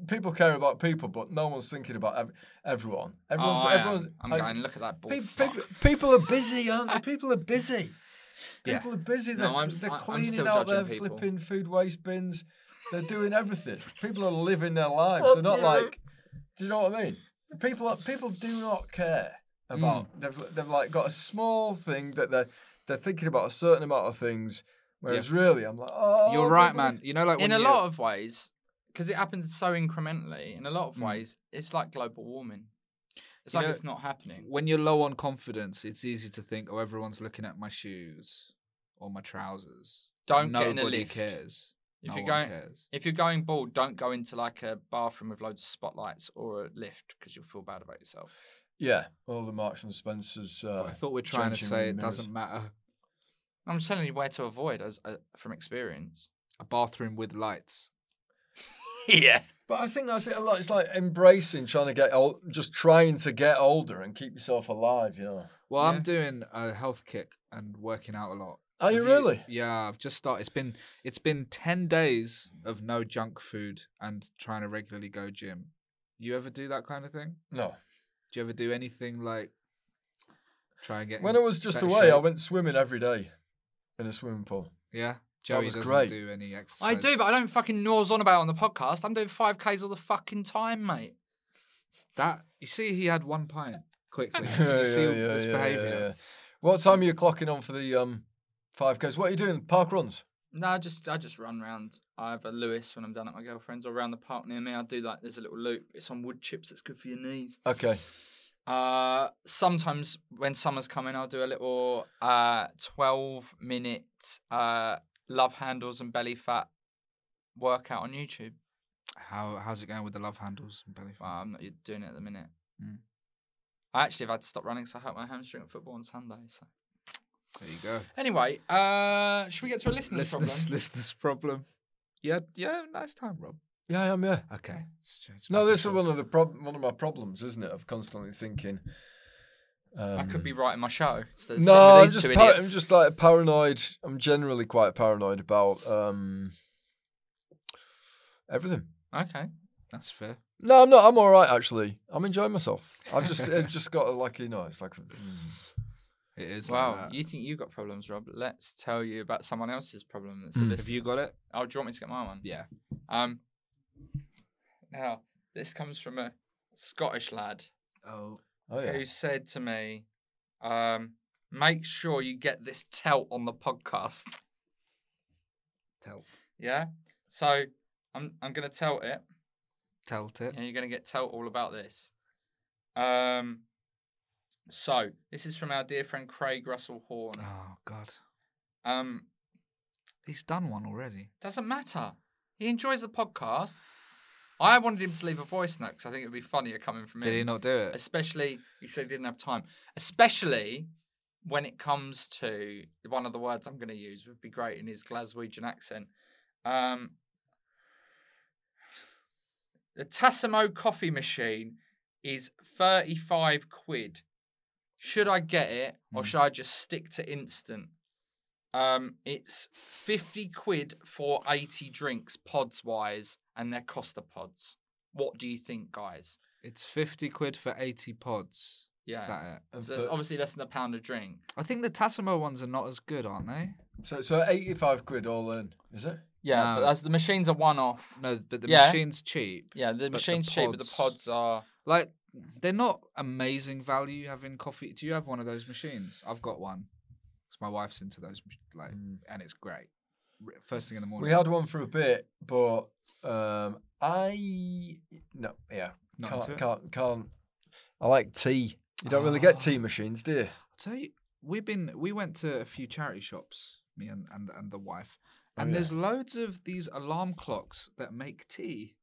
Speaker 3: People care about people, but no one's thinking about ev- everyone. Everyone's,
Speaker 2: Oh, I am.
Speaker 3: everyone's.
Speaker 2: I'm
Speaker 3: like,
Speaker 2: going. Look at that ball.
Speaker 3: pe-
Speaker 2: fuck.
Speaker 3: pe- people are busy, aren't they? People are busy.
Speaker 1: Yeah.
Speaker 3: People are busy.
Speaker 2: No,
Speaker 3: They're,
Speaker 2: I'm s-
Speaker 3: they're
Speaker 2: I- I'm
Speaker 3: cleaning
Speaker 2: still
Speaker 3: out their
Speaker 2: judging people.
Speaker 3: flipping food waste bins. They're doing everything. people are living their lives. They're not like, do you know what I mean? People are, people do not care about.
Speaker 1: Mm.
Speaker 3: They've they've like got a small thing that they're they're thinking about a certain amount of things. Whereas really, I'm like, oh,
Speaker 1: You're right,
Speaker 3: people-
Speaker 1: man. You know, like
Speaker 2: in
Speaker 1: when
Speaker 2: a
Speaker 1: you-
Speaker 2: lot of ways, because it happens so incrementally. In a lot of ways, it's like global warming. It's
Speaker 1: You
Speaker 2: like
Speaker 1: know-
Speaker 2: it's not happening.
Speaker 1: when you're low on confidence, it's easy to think, oh, everyone's looking at my shoes or my trousers.
Speaker 2: Don't get
Speaker 1: Nobody
Speaker 2: in a lift.
Speaker 1: cares.
Speaker 2: If
Speaker 1: no
Speaker 2: you're
Speaker 1: one
Speaker 2: going,
Speaker 1: cares.
Speaker 2: if you're going bald, don't go into like a bathroom with loads of spotlights or a lift because you'll feel bad about yourself.
Speaker 3: Yeah, all the Marks and Spencers. Uh,
Speaker 1: But I thought we are trying to
Speaker 3: changing
Speaker 1: say it
Speaker 3: mirrors.
Speaker 1: doesn't matter.
Speaker 2: I'm just telling you where to avoid as uh, from experience.
Speaker 1: A bathroom with lights.
Speaker 2: yeah.
Speaker 3: But I think that's it a lot. It's like embracing, trying to get old, just trying to get older and keep yourself alive. You know.
Speaker 1: Well, I'm doing a health kick and working out a lot.
Speaker 3: Are Oh, you
Speaker 1: Have
Speaker 3: really?
Speaker 1: Yeah, I've just started. It's been it's been ten days of no junk food and trying to regularly go gym. You ever do that kind of thing?
Speaker 3: No.
Speaker 1: Do you ever do anything like try and get?
Speaker 3: When I
Speaker 1: in
Speaker 3: was just
Speaker 1: better
Speaker 3: away, I
Speaker 1: shape?
Speaker 3: went swimming every day in a swimming pool.
Speaker 1: Yeah, Joey
Speaker 3: was
Speaker 1: doesn't
Speaker 3: great.
Speaker 1: do any exercise.
Speaker 2: I do, but I don't fucking nose on about it on the podcast. I'm doing five k's all the fucking time, mate.
Speaker 1: that you see, he had one pint quickly.
Speaker 3: Yeah,
Speaker 1: you see
Speaker 3: yeah, yeah,
Speaker 1: this
Speaker 3: yeah,
Speaker 1: behavior.
Speaker 3: yeah, yeah. What time are you clocking on for the um, 5Ks? What are you doing? Park runs?
Speaker 2: No, I just I just run round either Lewis when I'm done at my girlfriend's or around the park near me. I do like there's a little loop. It's on wood chips. It's good for your knees.
Speaker 3: Okay.
Speaker 2: Uh, sometimes when summer's coming, I'll do a little uh twelve minute uh love handles and belly fat workout on YouTube.
Speaker 1: How how's it going with the love handles and belly
Speaker 2: Well,
Speaker 1: fat?
Speaker 2: I'm not doing it at the minute.
Speaker 1: Mm.
Speaker 2: I actually have had to stop running because I hurt my hamstring at football on Sunday. So
Speaker 1: There you go.
Speaker 2: anyway, uh, should we get to a listener's problem?
Speaker 1: Listeners, listeners problem. Yeah, yeah, nice time, Rob.
Speaker 3: Yeah, I am, yeah.
Speaker 1: Okay. let's change
Speaker 3: No,
Speaker 1: back
Speaker 3: this is
Speaker 1: and
Speaker 3: one of the prob- one of my problems, isn't it? Of constantly thinking. Um,
Speaker 2: I could be writing my show. So
Speaker 3: No, I'm
Speaker 2: these
Speaker 3: just,
Speaker 2: two
Speaker 3: par- I'm
Speaker 2: idiots.
Speaker 3: just like paranoid. I'm generally quite paranoid about um, everything.
Speaker 2: okay.
Speaker 1: forth. That's fair.
Speaker 3: No, I'm not. I'm all right actually. I'm enjoying myself. I've just, I've just got like you know, it's like mm,
Speaker 1: It is.
Speaker 2: Wow,
Speaker 1: like that.
Speaker 2: you think you've got problems, Rob? Let's tell you about someone else's problem. That's
Speaker 3: Mm.
Speaker 1: Hmm. have you got it?
Speaker 2: Oh, do you want me to get my one?
Speaker 1: Yeah.
Speaker 2: Um. Now, this comes from a Scottish lad
Speaker 1: Oh.
Speaker 3: oh yeah.
Speaker 2: who said to me, um, "Make sure you get this tell on the podcast."
Speaker 1: Telt.
Speaker 2: Yeah. So I'm I'm gonna tell it,
Speaker 1: Telt it.
Speaker 2: and you're gonna get tell all about this. Um. So this is from our dear friend Craig Russell Horn.
Speaker 1: Oh God.
Speaker 2: Um.
Speaker 1: Ah. He's done one already.
Speaker 2: Doesn't matter. He enjoys the podcast. I wanted him to leave a voice note because I think it would be funnier coming from him.
Speaker 1: Did he not do it?
Speaker 2: Especially, he said he didn't have time. Especially when it comes to one of the words I'm going to use would be great in his Glaswegian accent. Um, the Tassimo coffee machine is 35 quid. Should I get it or should I just stick to instant? Um, it's 50 quid for 80 drinks, pods wise, and they're Costa pods. What do you think, guys?
Speaker 1: It's fifty quid for eighty pods.
Speaker 2: Yeah.
Speaker 1: Is that it?
Speaker 2: So it's
Speaker 3: for-
Speaker 2: obviously less than a pound a drink.
Speaker 1: I think the Tassimo ones are not as good, aren't they?
Speaker 3: So, so 85 quid all in, is it?
Speaker 2: Yeah,
Speaker 1: No.
Speaker 2: but as the machines are one off.
Speaker 1: No, but the
Speaker 2: Yeah.
Speaker 1: machine's cheap.
Speaker 2: Yeah,
Speaker 1: but
Speaker 2: the machine's cheap, but the pods are.
Speaker 1: like they're not amazing value having coffee. Do you have one of those machines? I've got one. 'Cause my wife's into those, mach- like, and it's great. R- First thing in the morning.
Speaker 3: Mm. We had one for a bit, but um, I no, yeah,
Speaker 1: Not
Speaker 3: can't,
Speaker 1: into it? Ah.
Speaker 3: can't, can't. I like tea. You don't really get tea machines, do you?
Speaker 1: I'll tell you, we've been we went to a few charity shops, me and and, and the wife,
Speaker 3: Oh,
Speaker 1: and there's loads of these alarm clocks that make tea,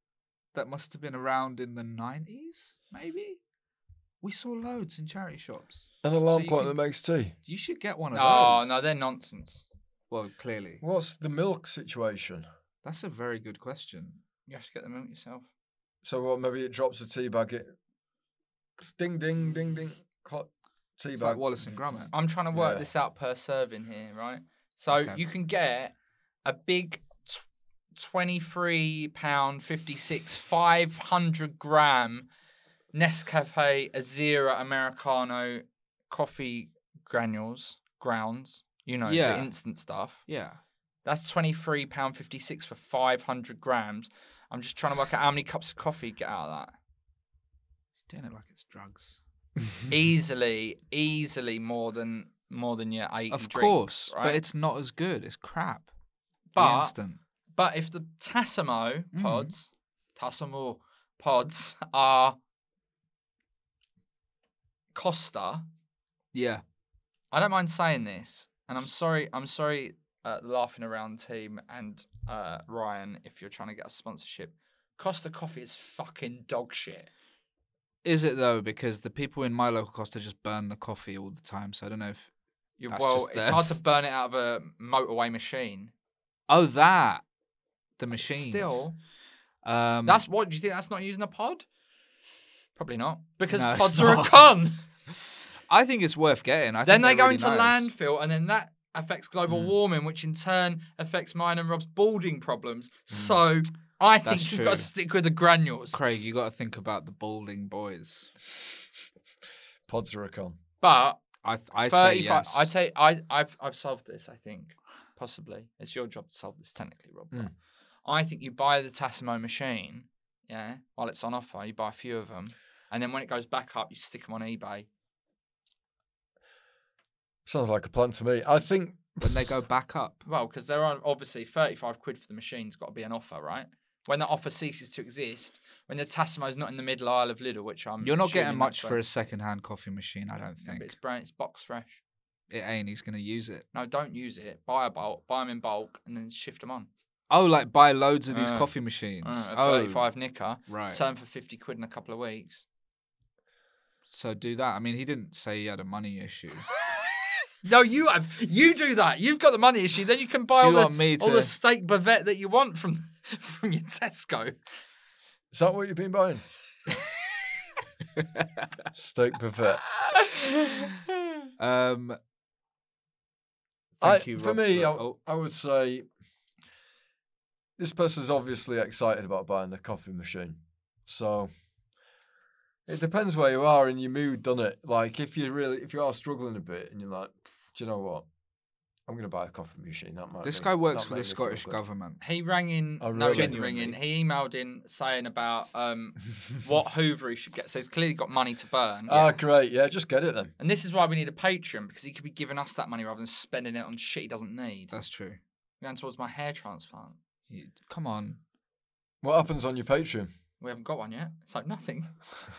Speaker 1: that must have been around in the nineties, maybe. We saw loads in charity shops.
Speaker 3: An alarm
Speaker 1: you
Speaker 3: clock
Speaker 1: can-
Speaker 3: that makes tea.
Speaker 1: You should get one of
Speaker 2: Oh,
Speaker 1: those.
Speaker 2: no, they're nonsense.
Speaker 1: well, clearly
Speaker 3: What's the milk situation?
Speaker 1: that's a very good question.
Speaker 2: You have to get them out yourself.
Speaker 3: So what? Maybe it drops a tea bag. It ding ding ding ding clock tea
Speaker 1: It's
Speaker 3: bag.
Speaker 1: like Wallace and Gromit.
Speaker 2: I'm trying to work
Speaker 3: Yeah.
Speaker 2: this out per serving here, right? So
Speaker 1: Okay.
Speaker 2: you can get a big t- 23 pound 56 500 gram Nescafe Azera Americano coffee granules grounds, you know,
Speaker 1: Yeah.
Speaker 2: the instant stuff.
Speaker 1: Yeah.
Speaker 2: That's 23 pound 56 for 500 grams. I'm just trying to work out how many cups of coffee you get out of that.
Speaker 1: He's doing it like it's drugs.
Speaker 2: easily, easily more than more than your eight.
Speaker 1: Of course,
Speaker 2: right?
Speaker 1: but it's not as good. It's crap. The
Speaker 2: But-
Speaker 1: instant. Mm.
Speaker 2: but if the Tassimo pods, Tassimo pods are Costa,
Speaker 1: Yeah.
Speaker 2: I don't mind saying this, and I'm sorry, I'm sorry, uh, laughing around team and uh, Ryan, if you're trying to get a sponsorship, Costa coffee is fucking dog shit.
Speaker 1: Is it though? Because the people in my local Costa just burn the coffee all the time. So I don't know if.
Speaker 2: You,
Speaker 1: That's
Speaker 2: well,
Speaker 1: just
Speaker 2: it's
Speaker 1: their-
Speaker 2: hard to burn it out of a motorway machine.
Speaker 1: Oh, that the machine.
Speaker 2: Still,
Speaker 1: um,
Speaker 2: that's what do you think? That's not using a pod? Probably not, because
Speaker 1: No, it's
Speaker 2: pods are a
Speaker 1: not.
Speaker 2: con.
Speaker 1: I think it's worth getting. I
Speaker 2: then
Speaker 1: think
Speaker 2: they go
Speaker 1: they're really
Speaker 2: into
Speaker 1: nice.
Speaker 2: landfill, and then that affects global
Speaker 1: Mm.
Speaker 2: warming, which in turn affects mine and Rob's balding problems. So I
Speaker 1: Mm.
Speaker 2: think
Speaker 1: That's
Speaker 2: you've got
Speaker 1: true.
Speaker 2: to stick with the granules.
Speaker 1: Craig, you got to think about the balding boys.
Speaker 3: Pods are a con.
Speaker 2: But
Speaker 1: I I say
Speaker 2: 35
Speaker 1: yes.
Speaker 2: I take. I I've I've solved this. I think possibly it's your job to solve this technically, Rob. but
Speaker 1: Hmm.
Speaker 2: I think you buy the Tassimo machine, yeah, while it's on offer. You buy a few of them, and then when it goes back up, you stick them on eBay.
Speaker 3: Sounds like a plan to me. I think
Speaker 1: when they go back up.
Speaker 2: Well, because there are obviously 35 quid for the machine's got to be an offer, right? When the offer ceases to exist, when the Tassimo's not in the middle aisle of Lidl, which I'm
Speaker 1: You're not getting
Speaker 2: assuming
Speaker 1: much
Speaker 2: that's
Speaker 1: for
Speaker 2: where-
Speaker 1: a second-hand coffee machine, I don't
Speaker 2: Yeah,
Speaker 1: think.
Speaker 2: but it's brand, it's box fresh.
Speaker 1: It ain't. He's gonna use it.
Speaker 2: No, don't use it. Buy a bulk, buy them in bulk, and then shift them on.
Speaker 1: Oh, like buy loads of these
Speaker 2: Uh,
Speaker 1: coffee machines.
Speaker 2: Uh, a
Speaker 1: oh,
Speaker 2: 35 knicker,
Speaker 1: right.
Speaker 2: sell them for 50 quid in a couple of weeks.
Speaker 1: So do that. I mean, he didn't say he had a money issue.
Speaker 2: No, you have. You do that. You've got the money issue. Then you can buy
Speaker 1: So
Speaker 2: all,
Speaker 1: you
Speaker 2: the,
Speaker 1: want me
Speaker 2: all the
Speaker 1: to-
Speaker 2: steak bavette that you want from from your Tesco.
Speaker 3: is that what you've been buying? Steak buffet.
Speaker 1: Um,
Speaker 3: I,
Speaker 1: thank you,
Speaker 3: for
Speaker 1: Rob,
Speaker 3: me,
Speaker 1: for-
Speaker 3: I,
Speaker 1: oh.
Speaker 3: I would say this person's obviously excited about buying a coffee machine. So it depends where you are in your mood, doesn't it? Like if you really, if you are struggling a bit and you're like, do you know what? I'm going to buy a coffee machine. That might.
Speaker 1: this
Speaker 3: be-
Speaker 1: guy works
Speaker 3: that
Speaker 1: for the
Speaker 3: might make me feel
Speaker 1: Scottish
Speaker 3: good."
Speaker 1: government.
Speaker 2: He rang in.
Speaker 3: Oh,
Speaker 2: No, he
Speaker 3: really?
Speaker 2: didn't ring in. He emailed in saying about um, what Hoover he should get. So he's clearly got money to burn.
Speaker 3: Ah, great. Yeah, just get it then.
Speaker 2: and this is why we need a Patreon because he could be giving us that money rather than spending it on shit he doesn't need.
Speaker 1: That's true.
Speaker 2: Going towards my hair transplant.
Speaker 1: You- come on.
Speaker 3: What happens on your Patreon?
Speaker 2: We haven't got one yet. It's like nothing.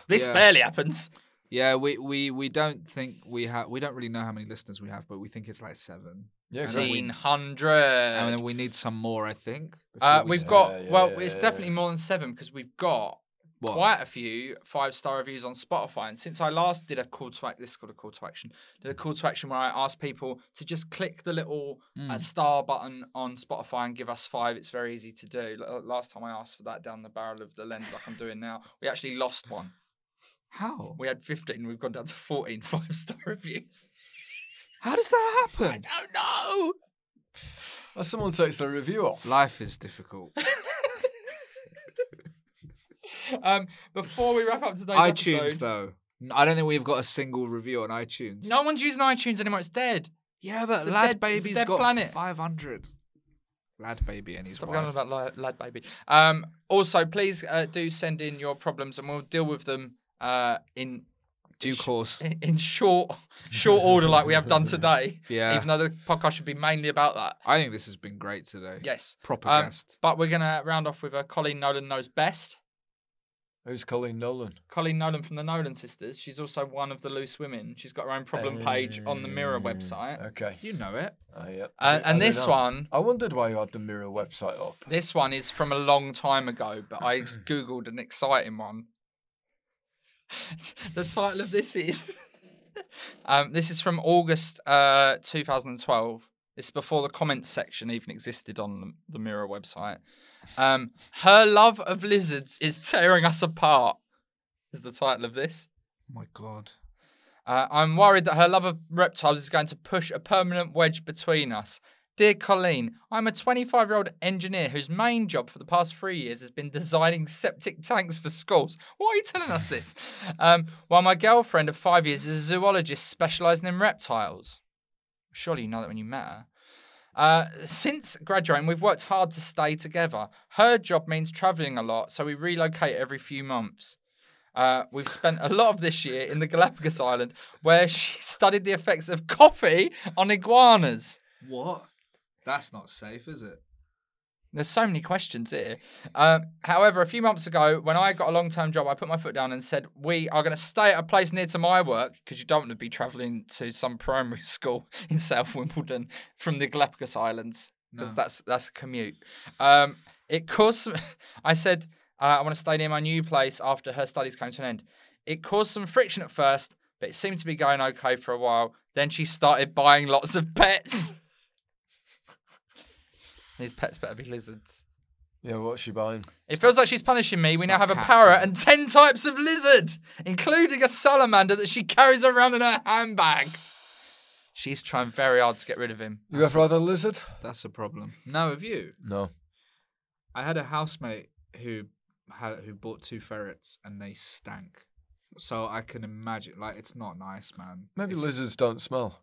Speaker 2: this
Speaker 1: Yeah.
Speaker 2: barely happens.
Speaker 1: Yeah, we, we, we don't think we have. We don't really know how many listeners we have, but we think it's like seven.
Speaker 3: Yeah,
Speaker 1: then we-
Speaker 2: Eighteen hundred.
Speaker 1: And then we need some more, I think. before
Speaker 2: Uh,
Speaker 1: we
Speaker 2: we've
Speaker 1: start.
Speaker 2: got
Speaker 4: Yeah, yeah,
Speaker 2: well,
Speaker 4: yeah,
Speaker 2: it's
Speaker 4: yeah,
Speaker 2: definitely more than seven because we've got
Speaker 1: What?
Speaker 2: quite a few five star reviews on Spotify. And since I last did a call to act, this is called a call to action. Did a call to action where I asked people to just click the little
Speaker 1: Mm.
Speaker 2: uh, star button on Spotify and give us five. It's very easy to do. L- last time I asked for that down the barrel of the lens, like I'm doing now, we actually lost one.
Speaker 1: how?
Speaker 2: We had 15. We've gone down to 14 five star reviews.
Speaker 1: How does that happen?
Speaker 2: I don't know.
Speaker 3: Well, someone takes their review off.
Speaker 1: Life is difficult.
Speaker 2: Um, before we wrap up today's
Speaker 1: iTunes
Speaker 2: episode,
Speaker 1: though, N- I don't think we've got a single review on iTunes.
Speaker 2: no one's using iTunes anymore. It's dead.
Speaker 1: Yeah, but
Speaker 2: It's a
Speaker 1: Lad
Speaker 2: dead- it's a
Speaker 1: Baby's
Speaker 2: dead
Speaker 1: got
Speaker 2: planet.
Speaker 1: 500. Lad Baby and his
Speaker 2: Stop
Speaker 1: wife.
Speaker 2: going on about lad, lad baby. Um, also, please uh, do send in your problems, and we'll deal with them uh, in
Speaker 1: Due course.
Speaker 2: in, in short short order, like we have done today.
Speaker 1: Yeah.
Speaker 2: Even though the podcast should be mainly about that.
Speaker 1: I think this has been great today.
Speaker 2: Yes.
Speaker 1: Proper
Speaker 2: Um,
Speaker 1: guest.
Speaker 2: But we're gonna round off with a Colleen Nolan knows best.
Speaker 3: Who's Colleen Nolan?
Speaker 2: Colleen Nolan from the Nolan sisters. She's also one of the loose women. She's got her own problem page on the
Speaker 1: Eh,
Speaker 2: Mirror website.
Speaker 3: Okay.
Speaker 1: You know it.
Speaker 3: Ah, yep.
Speaker 2: Uh,
Speaker 3: I
Speaker 2: and
Speaker 3: don't
Speaker 2: this
Speaker 3: know.
Speaker 2: one-
Speaker 3: I wondered why you had the Mirror website up.
Speaker 2: This one is from a long time ago, but I googled an exciting one. the title of this is um, this is from August uh, 2012. It's before the comments section even existed on the- the Mirror website. Um, Her love of lizards is tearing us apart. Is the title of this?
Speaker 1: Oh my God.
Speaker 2: Uh, I'm worried that her love of reptiles is going to push a permanent wedge between us. Dear Colleen, I'm a 25 year old engineer whose main job for the past three years has been designing septic tanks for schools. Why are you telling us this? Um, while my girlfriend of five years is a zoologist specialising in reptiles. Surely you know that when you met her. Uh, since graduating, we've worked hard to stay together. Her job means travelling a lot, so we relocate every few months. Uh, we've spent a lot of this year in the Galapagos Island, where she studied the effects of coffee on iguanas.
Speaker 1: What? That's not safe, is it?
Speaker 2: There's so many questions here. Um, however, a few months ago, when I got a long term job, I put my foot down and said, We are going to stay at a place near to my work because you don't want to be traveling to some primary school in South Wimbledon from the Galapagos Islands because that's, that's a commute. Um, it caused some, I said, uh, I want to stay near my new place after her studies came to an end. It caused some friction at first, but it seemed to be going okay for a while. Then she started buying lots of pets. These pets better be lizards.
Speaker 3: Yeah, what's she buying?
Speaker 2: It feels like she's punishing me. we now have a
Speaker 1: cats,
Speaker 2: parrot
Speaker 1: is it?
Speaker 2: and 10 types of lizard, including a salamander that she carries around in her handbag. She's trying very hard to get rid of him.
Speaker 3: You ever had a lizard?
Speaker 1: That's a problem. No, have you?
Speaker 3: No.
Speaker 1: I had a housemate who had who bought two ferrets and they stank. So I can imagine, like, it's not nice, man.
Speaker 3: Maybe
Speaker 1: If-
Speaker 3: lizards don't smell.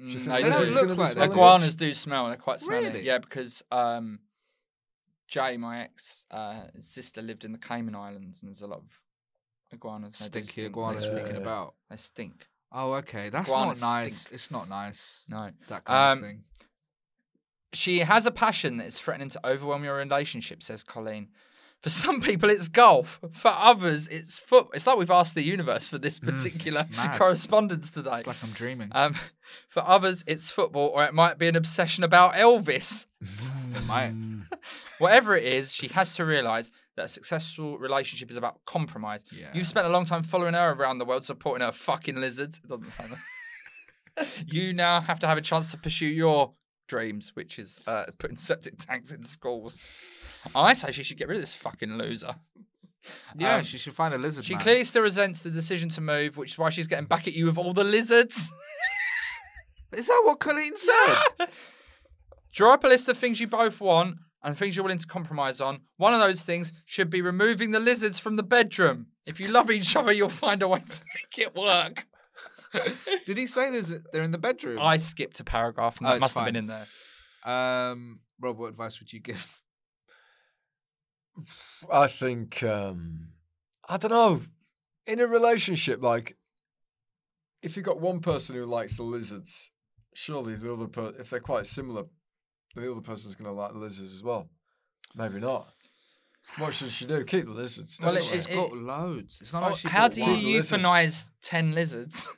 Speaker 2: Mm,
Speaker 3: think
Speaker 2: no,
Speaker 3: they
Speaker 1: don't
Speaker 2: lizards-
Speaker 1: look like that.
Speaker 2: iguanas do smell. They're quite smelly.
Speaker 1: Really?
Speaker 2: Yeah, because um, Jay, my ex uh, sister, lived in the Cayman Islands and there's a lot of iguanas. They do
Speaker 1: stinky
Speaker 2: stink.
Speaker 1: iguanas
Speaker 2: They
Speaker 1: stinking
Speaker 2: stink.
Speaker 1: about.
Speaker 2: They stink.
Speaker 1: Oh, okay. That's
Speaker 2: Iguanas
Speaker 1: not nice.
Speaker 2: stink.
Speaker 1: It's not nice.
Speaker 2: No.
Speaker 1: That kind
Speaker 2: Um,
Speaker 1: of thing.
Speaker 2: She has a passion that is threatening to overwhelm your relationship, says Colleen. For some people, it's golf. For others, it's foot. It's like we've asked the universe for this particular
Speaker 1: Mm, mad.
Speaker 2: correspondence today.
Speaker 1: It's like I'm dreaming.
Speaker 2: Um, for others, it's football, or it might be an obsession about Elvis.
Speaker 1: it might.
Speaker 2: Whatever it is, she has to realize that a successful relationship is about compromise.
Speaker 1: Yeah.
Speaker 2: You've spent a long time following her around the world, supporting her fucking lizards. It doesn't sound that. you now have to have a chance to pursue your dreams, which is uh, putting septic tanks in schools. I say she should get rid of this fucking loser.
Speaker 1: Yeah,
Speaker 2: um,
Speaker 1: she should find a lizard.
Speaker 2: She
Speaker 1: man.
Speaker 2: clearly still resents the decision to move, which is why she's getting back at you with all the lizards.
Speaker 1: Is that what Colleen said?
Speaker 2: Draw up a list of things you both want and things you're willing to compromise on. One of those things should be removing the lizards from the bedroom. If you love each other, you'll find a way to make it work.
Speaker 1: Did he say lizard? They're in the bedroom.
Speaker 2: I skipped a paragraph, and
Speaker 1: Oh,
Speaker 2: that
Speaker 1: it's
Speaker 2: must have
Speaker 1: fine.
Speaker 2: been in there.
Speaker 1: Um, Rob, what advice would you give?
Speaker 3: I think um, I don't know. In a relationship, like if you got one person who likes the lizards, surely the other per- if they're quite similar, the other person's going to like the lizards as well. Maybe not. What should she do? Keep the lizards.
Speaker 2: Well,
Speaker 3: don't
Speaker 2: it-
Speaker 3: they?
Speaker 1: She's
Speaker 2: it-
Speaker 1: got loads. It's not
Speaker 2: Oh,
Speaker 1: like she
Speaker 2: how
Speaker 1: bought
Speaker 2: do
Speaker 1: one.
Speaker 2: you
Speaker 3: Lizards.
Speaker 2: euthanize 10 lizards?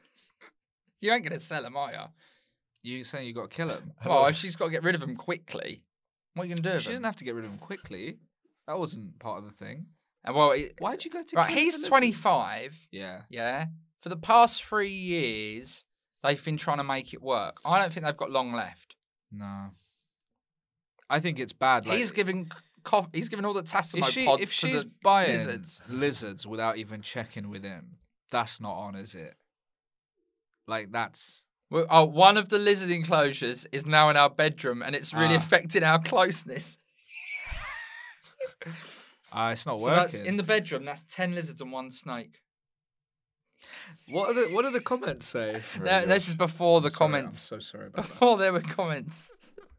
Speaker 2: you ain't going to sell them, are you?
Speaker 1: You saying you got to kill them?
Speaker 2: Well, if she's got to get rid of them quickly, what are you going to do? with
Speaker 1: She didn't
Speaker 2: them?
Speaker 1: have to get rid of them quickly. That wasn't part of the thing.
Speaker 2: And well, it-
Speaker 1: Why'd you go to?
Speaker 2: right,
Speaker 1: kill the
Speaker 2: he's
Speaker 1: lizard?
Speaker 2: 25.
Speaker 1: Yeah.
Speaker 2: Yeah. For the past three years, they've been trying to make it work. I don't think they've got long left.
Speaker 1: No. I think it's bad. Like,
Speaker 2: he's giving cough, he's giving all the Tassimo
Speaker 1: if, she,
Speaker 2: pods
Speaker 1: if
Speaker 2: to
Speaker 1: she's
Speaker 2: the
Speaker 1: buying
Speaker 2: lizards.
Speaker 1: lizards. lizards without even checking with him, that's not on, is it? Like that's
Speaker 2: Well, oh, one of the lizard enclosures is now in our bedroom, and it's really
Speaker 1: Ah.
Speaker 2: affecting our closeness.
Speaker 1: uh, it's not
Speaker 2: So that's
Speaker 1: working.
Speaker 2: in the bedroom. That's ten lizards and one snake.
Speaker 1: What are the what do the comments say?
Speaker 2: That- this is before the comments.
Speaker 1: I'm so sorry about that.
Speaker 2: before there were comments.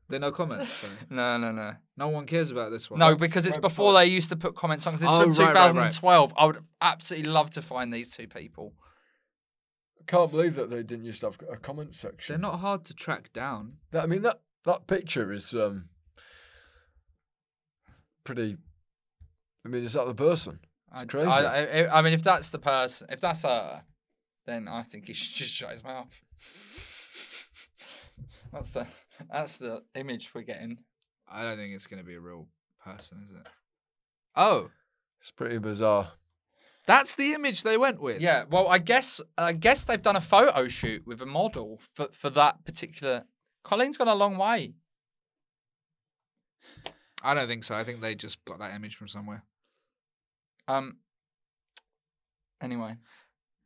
Speaker 1: There are no comments. Sorry.
Speaker 2: No, no, no,
Speaker 1: No one cares about this one.
Speaker 2: no, because it's before they used to put comments on. 'cause
Speaker 1: Oh,
Speaker 2: this is
Speaker 1: right,
Speaker 2: from
Speaker 1: right, right.
Speaker 2: 2012. I would absolutely love to find these two people.
Speaker 3: I can't believe that they didn't used to have a comment
Speaker 1: they're
Speaker 3: section.
Speaker 1: not hard to track down.
Speaker 3: That, I mean that that picture is um pretty. I mean, is that the person?
Speaker 2: I,
Speaker 3: crazy.
Speaker 2: I, I, I mean, if that's the person, if that's her, then I think he should just shut his mouth. That's the that's the image we're getting.
Speaker 1: I don't think it's going to be a real person, is it? Oh,
Speaker 3: It's pretty bizarre.
Speaker 1: that's the image they went with.
Speaker 2: Yeah. Well, I guess I guess they've done a photo shoot with a model for for that particular. Colin's gone a long way.
Speaker 1: I don't think so. I think they just got that image from somewhere.
Speaker 2: Um. Anyway,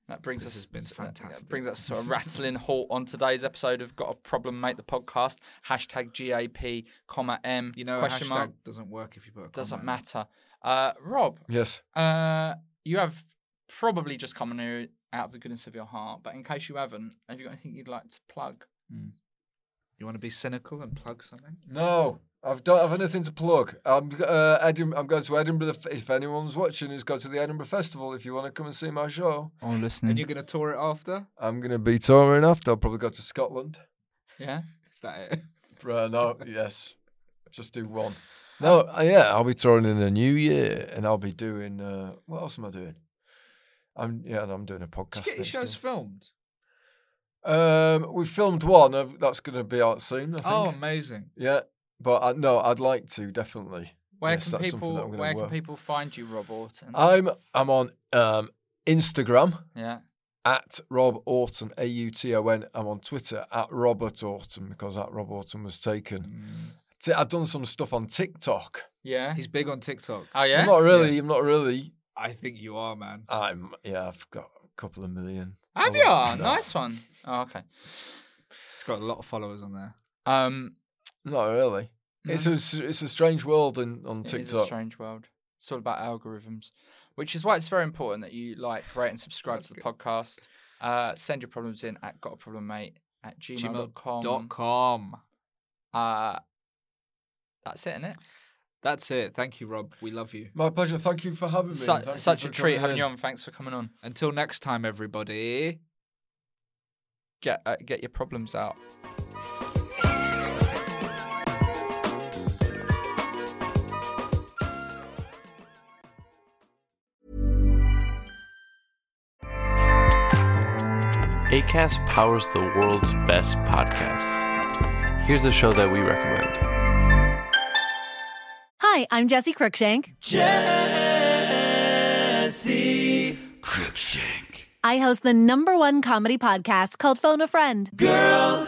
Speaker 2: that brings
Speaker 1: This
Speaker 2: us
Speaker 1: has been
Speaker 2: that- that
Speaker 1: fantastic.
Speaker 2: brings us to a rattling halt on today's episode of Got a Problem, Mate the podcast. Hashtag GAP, comma M.
Speaker 1: You know, a
Speaker 2: question
Speaker 1: hashtag
Speaker 2: mark.
Speaker 1: doesn't work if you put a
Speaker 2: Doesn't
Speaker 1: comment.
Speaker 2: matter. Uh, Rob,
Speaker 3: Yes.
Speaker 2: uh, you have probably just come here out of the goodness of your heart, but in case you haven't, have you got anything you'd like to plug?
Speaker 1: You want to be cynical and plug something?
Speaker 3: No, I've don't have anything to plug. I'm uh, Edin- I'm going to Edinburgh. If anyone's watching, is go to the Edinburgh Festival if you want to come and see my show.
Speaker 2: Or listening?
Speaker 1: And you're going to tour it after?
Speaker 3: I'm going to be touring after. I'll probably go to Scotland.
Speaker 2: Yeah.
Speaker 1: Is that it?
Speaker 3: Right, no, yes. Just do one. No,
Speaker 1: Um,
Speaker 3: uh, yeah, I'll be touring in the new year and I'll be doing, uh, what else am I doing? I'm Yeah, and I'm doing a podcast.
Speaker 1: Did you get your
Speaker 3: next
Speaker 1: shows
Speaker 3: year.
Speaker 1: filmed?
Speaker 3: um, we filmed one. uh, That's going to be out soon, I think.
Speaker 1: Oh, amazing.
Speaker 3: Yeah, but I, no, I'd like to, definitely.
Speaker 2: Where
Speaker 3: Yes,
Speaker 2: can
Speaker 3: that's something
Speaker 2: people
Speaker 3: that I'm gonna
Speaker 2: Where
Speaker 3: work-
Speaker 2: can people find you, Rob Orton?
Speaker 1: Mm.
Speaker 3: I'm, I'm on um, Instagram.
Speaker 2: yeah.
Speaker 3: at Rob Orton, A U T O N. I'm on Twitter at Robert Orton because that Rob Orton was taken.
Speaker 1: Mm.
Speaker 3: T- I've done some stuff on TikTok.
Speaker 2: Yeah.
Speaker 1: He's big on TikTok.
Speaker 2: oh yeah.
Speaker 3: I'm not really, I'm not really.
Speaker 1: I think you are, man.
Speaker 3: I'm, yeah, I've got a couple of million.
Speaker 2: Have you?
Speaker 3: followers. No,
Speaker 2: Nice one. Oh, okay.
Speaker 1: He's got a lot of followers on there.
Speaker 2: Um,
Speaker 3: Not really. It's, a, it's a strange world in, on
Speaker 2: Mm. it is a
Speaker 3: TikTok.
Speaker 2: strange world. It's all about algorithms, which is why it's very important that you like, rate, and subscribe to the podcast. Uh, send your problems in at got a problem mate at gmail.com.
Speaker 1: Gmail.com.
Speaker 2: Uh, that's it, isn't it?
Speaker 1: That's it. Thank you, Rob. We love you.
Speaker 3: My pleasure. Thank you for having me.
Speaker 2: Su-
Speaker 3: Thank you
Speaker 2: such
Speaker 3: for
Speaker 2: a treat
Speaker 3: coming
Speaker 2: having
Speaker 3: in.
Speaker 2: you on. Thanks for coming on.
Speaker 1: Until next time, everybody.
Speaker 2: Get uh, get your problems out.
Speaker 5: ACAST powers the world's best podcasts. Here's a show that we recommend.
Speaker 6: Hi, I'm Jesse Cruikshank. I host the number one comedy podcast called Phone a Friend. Girl,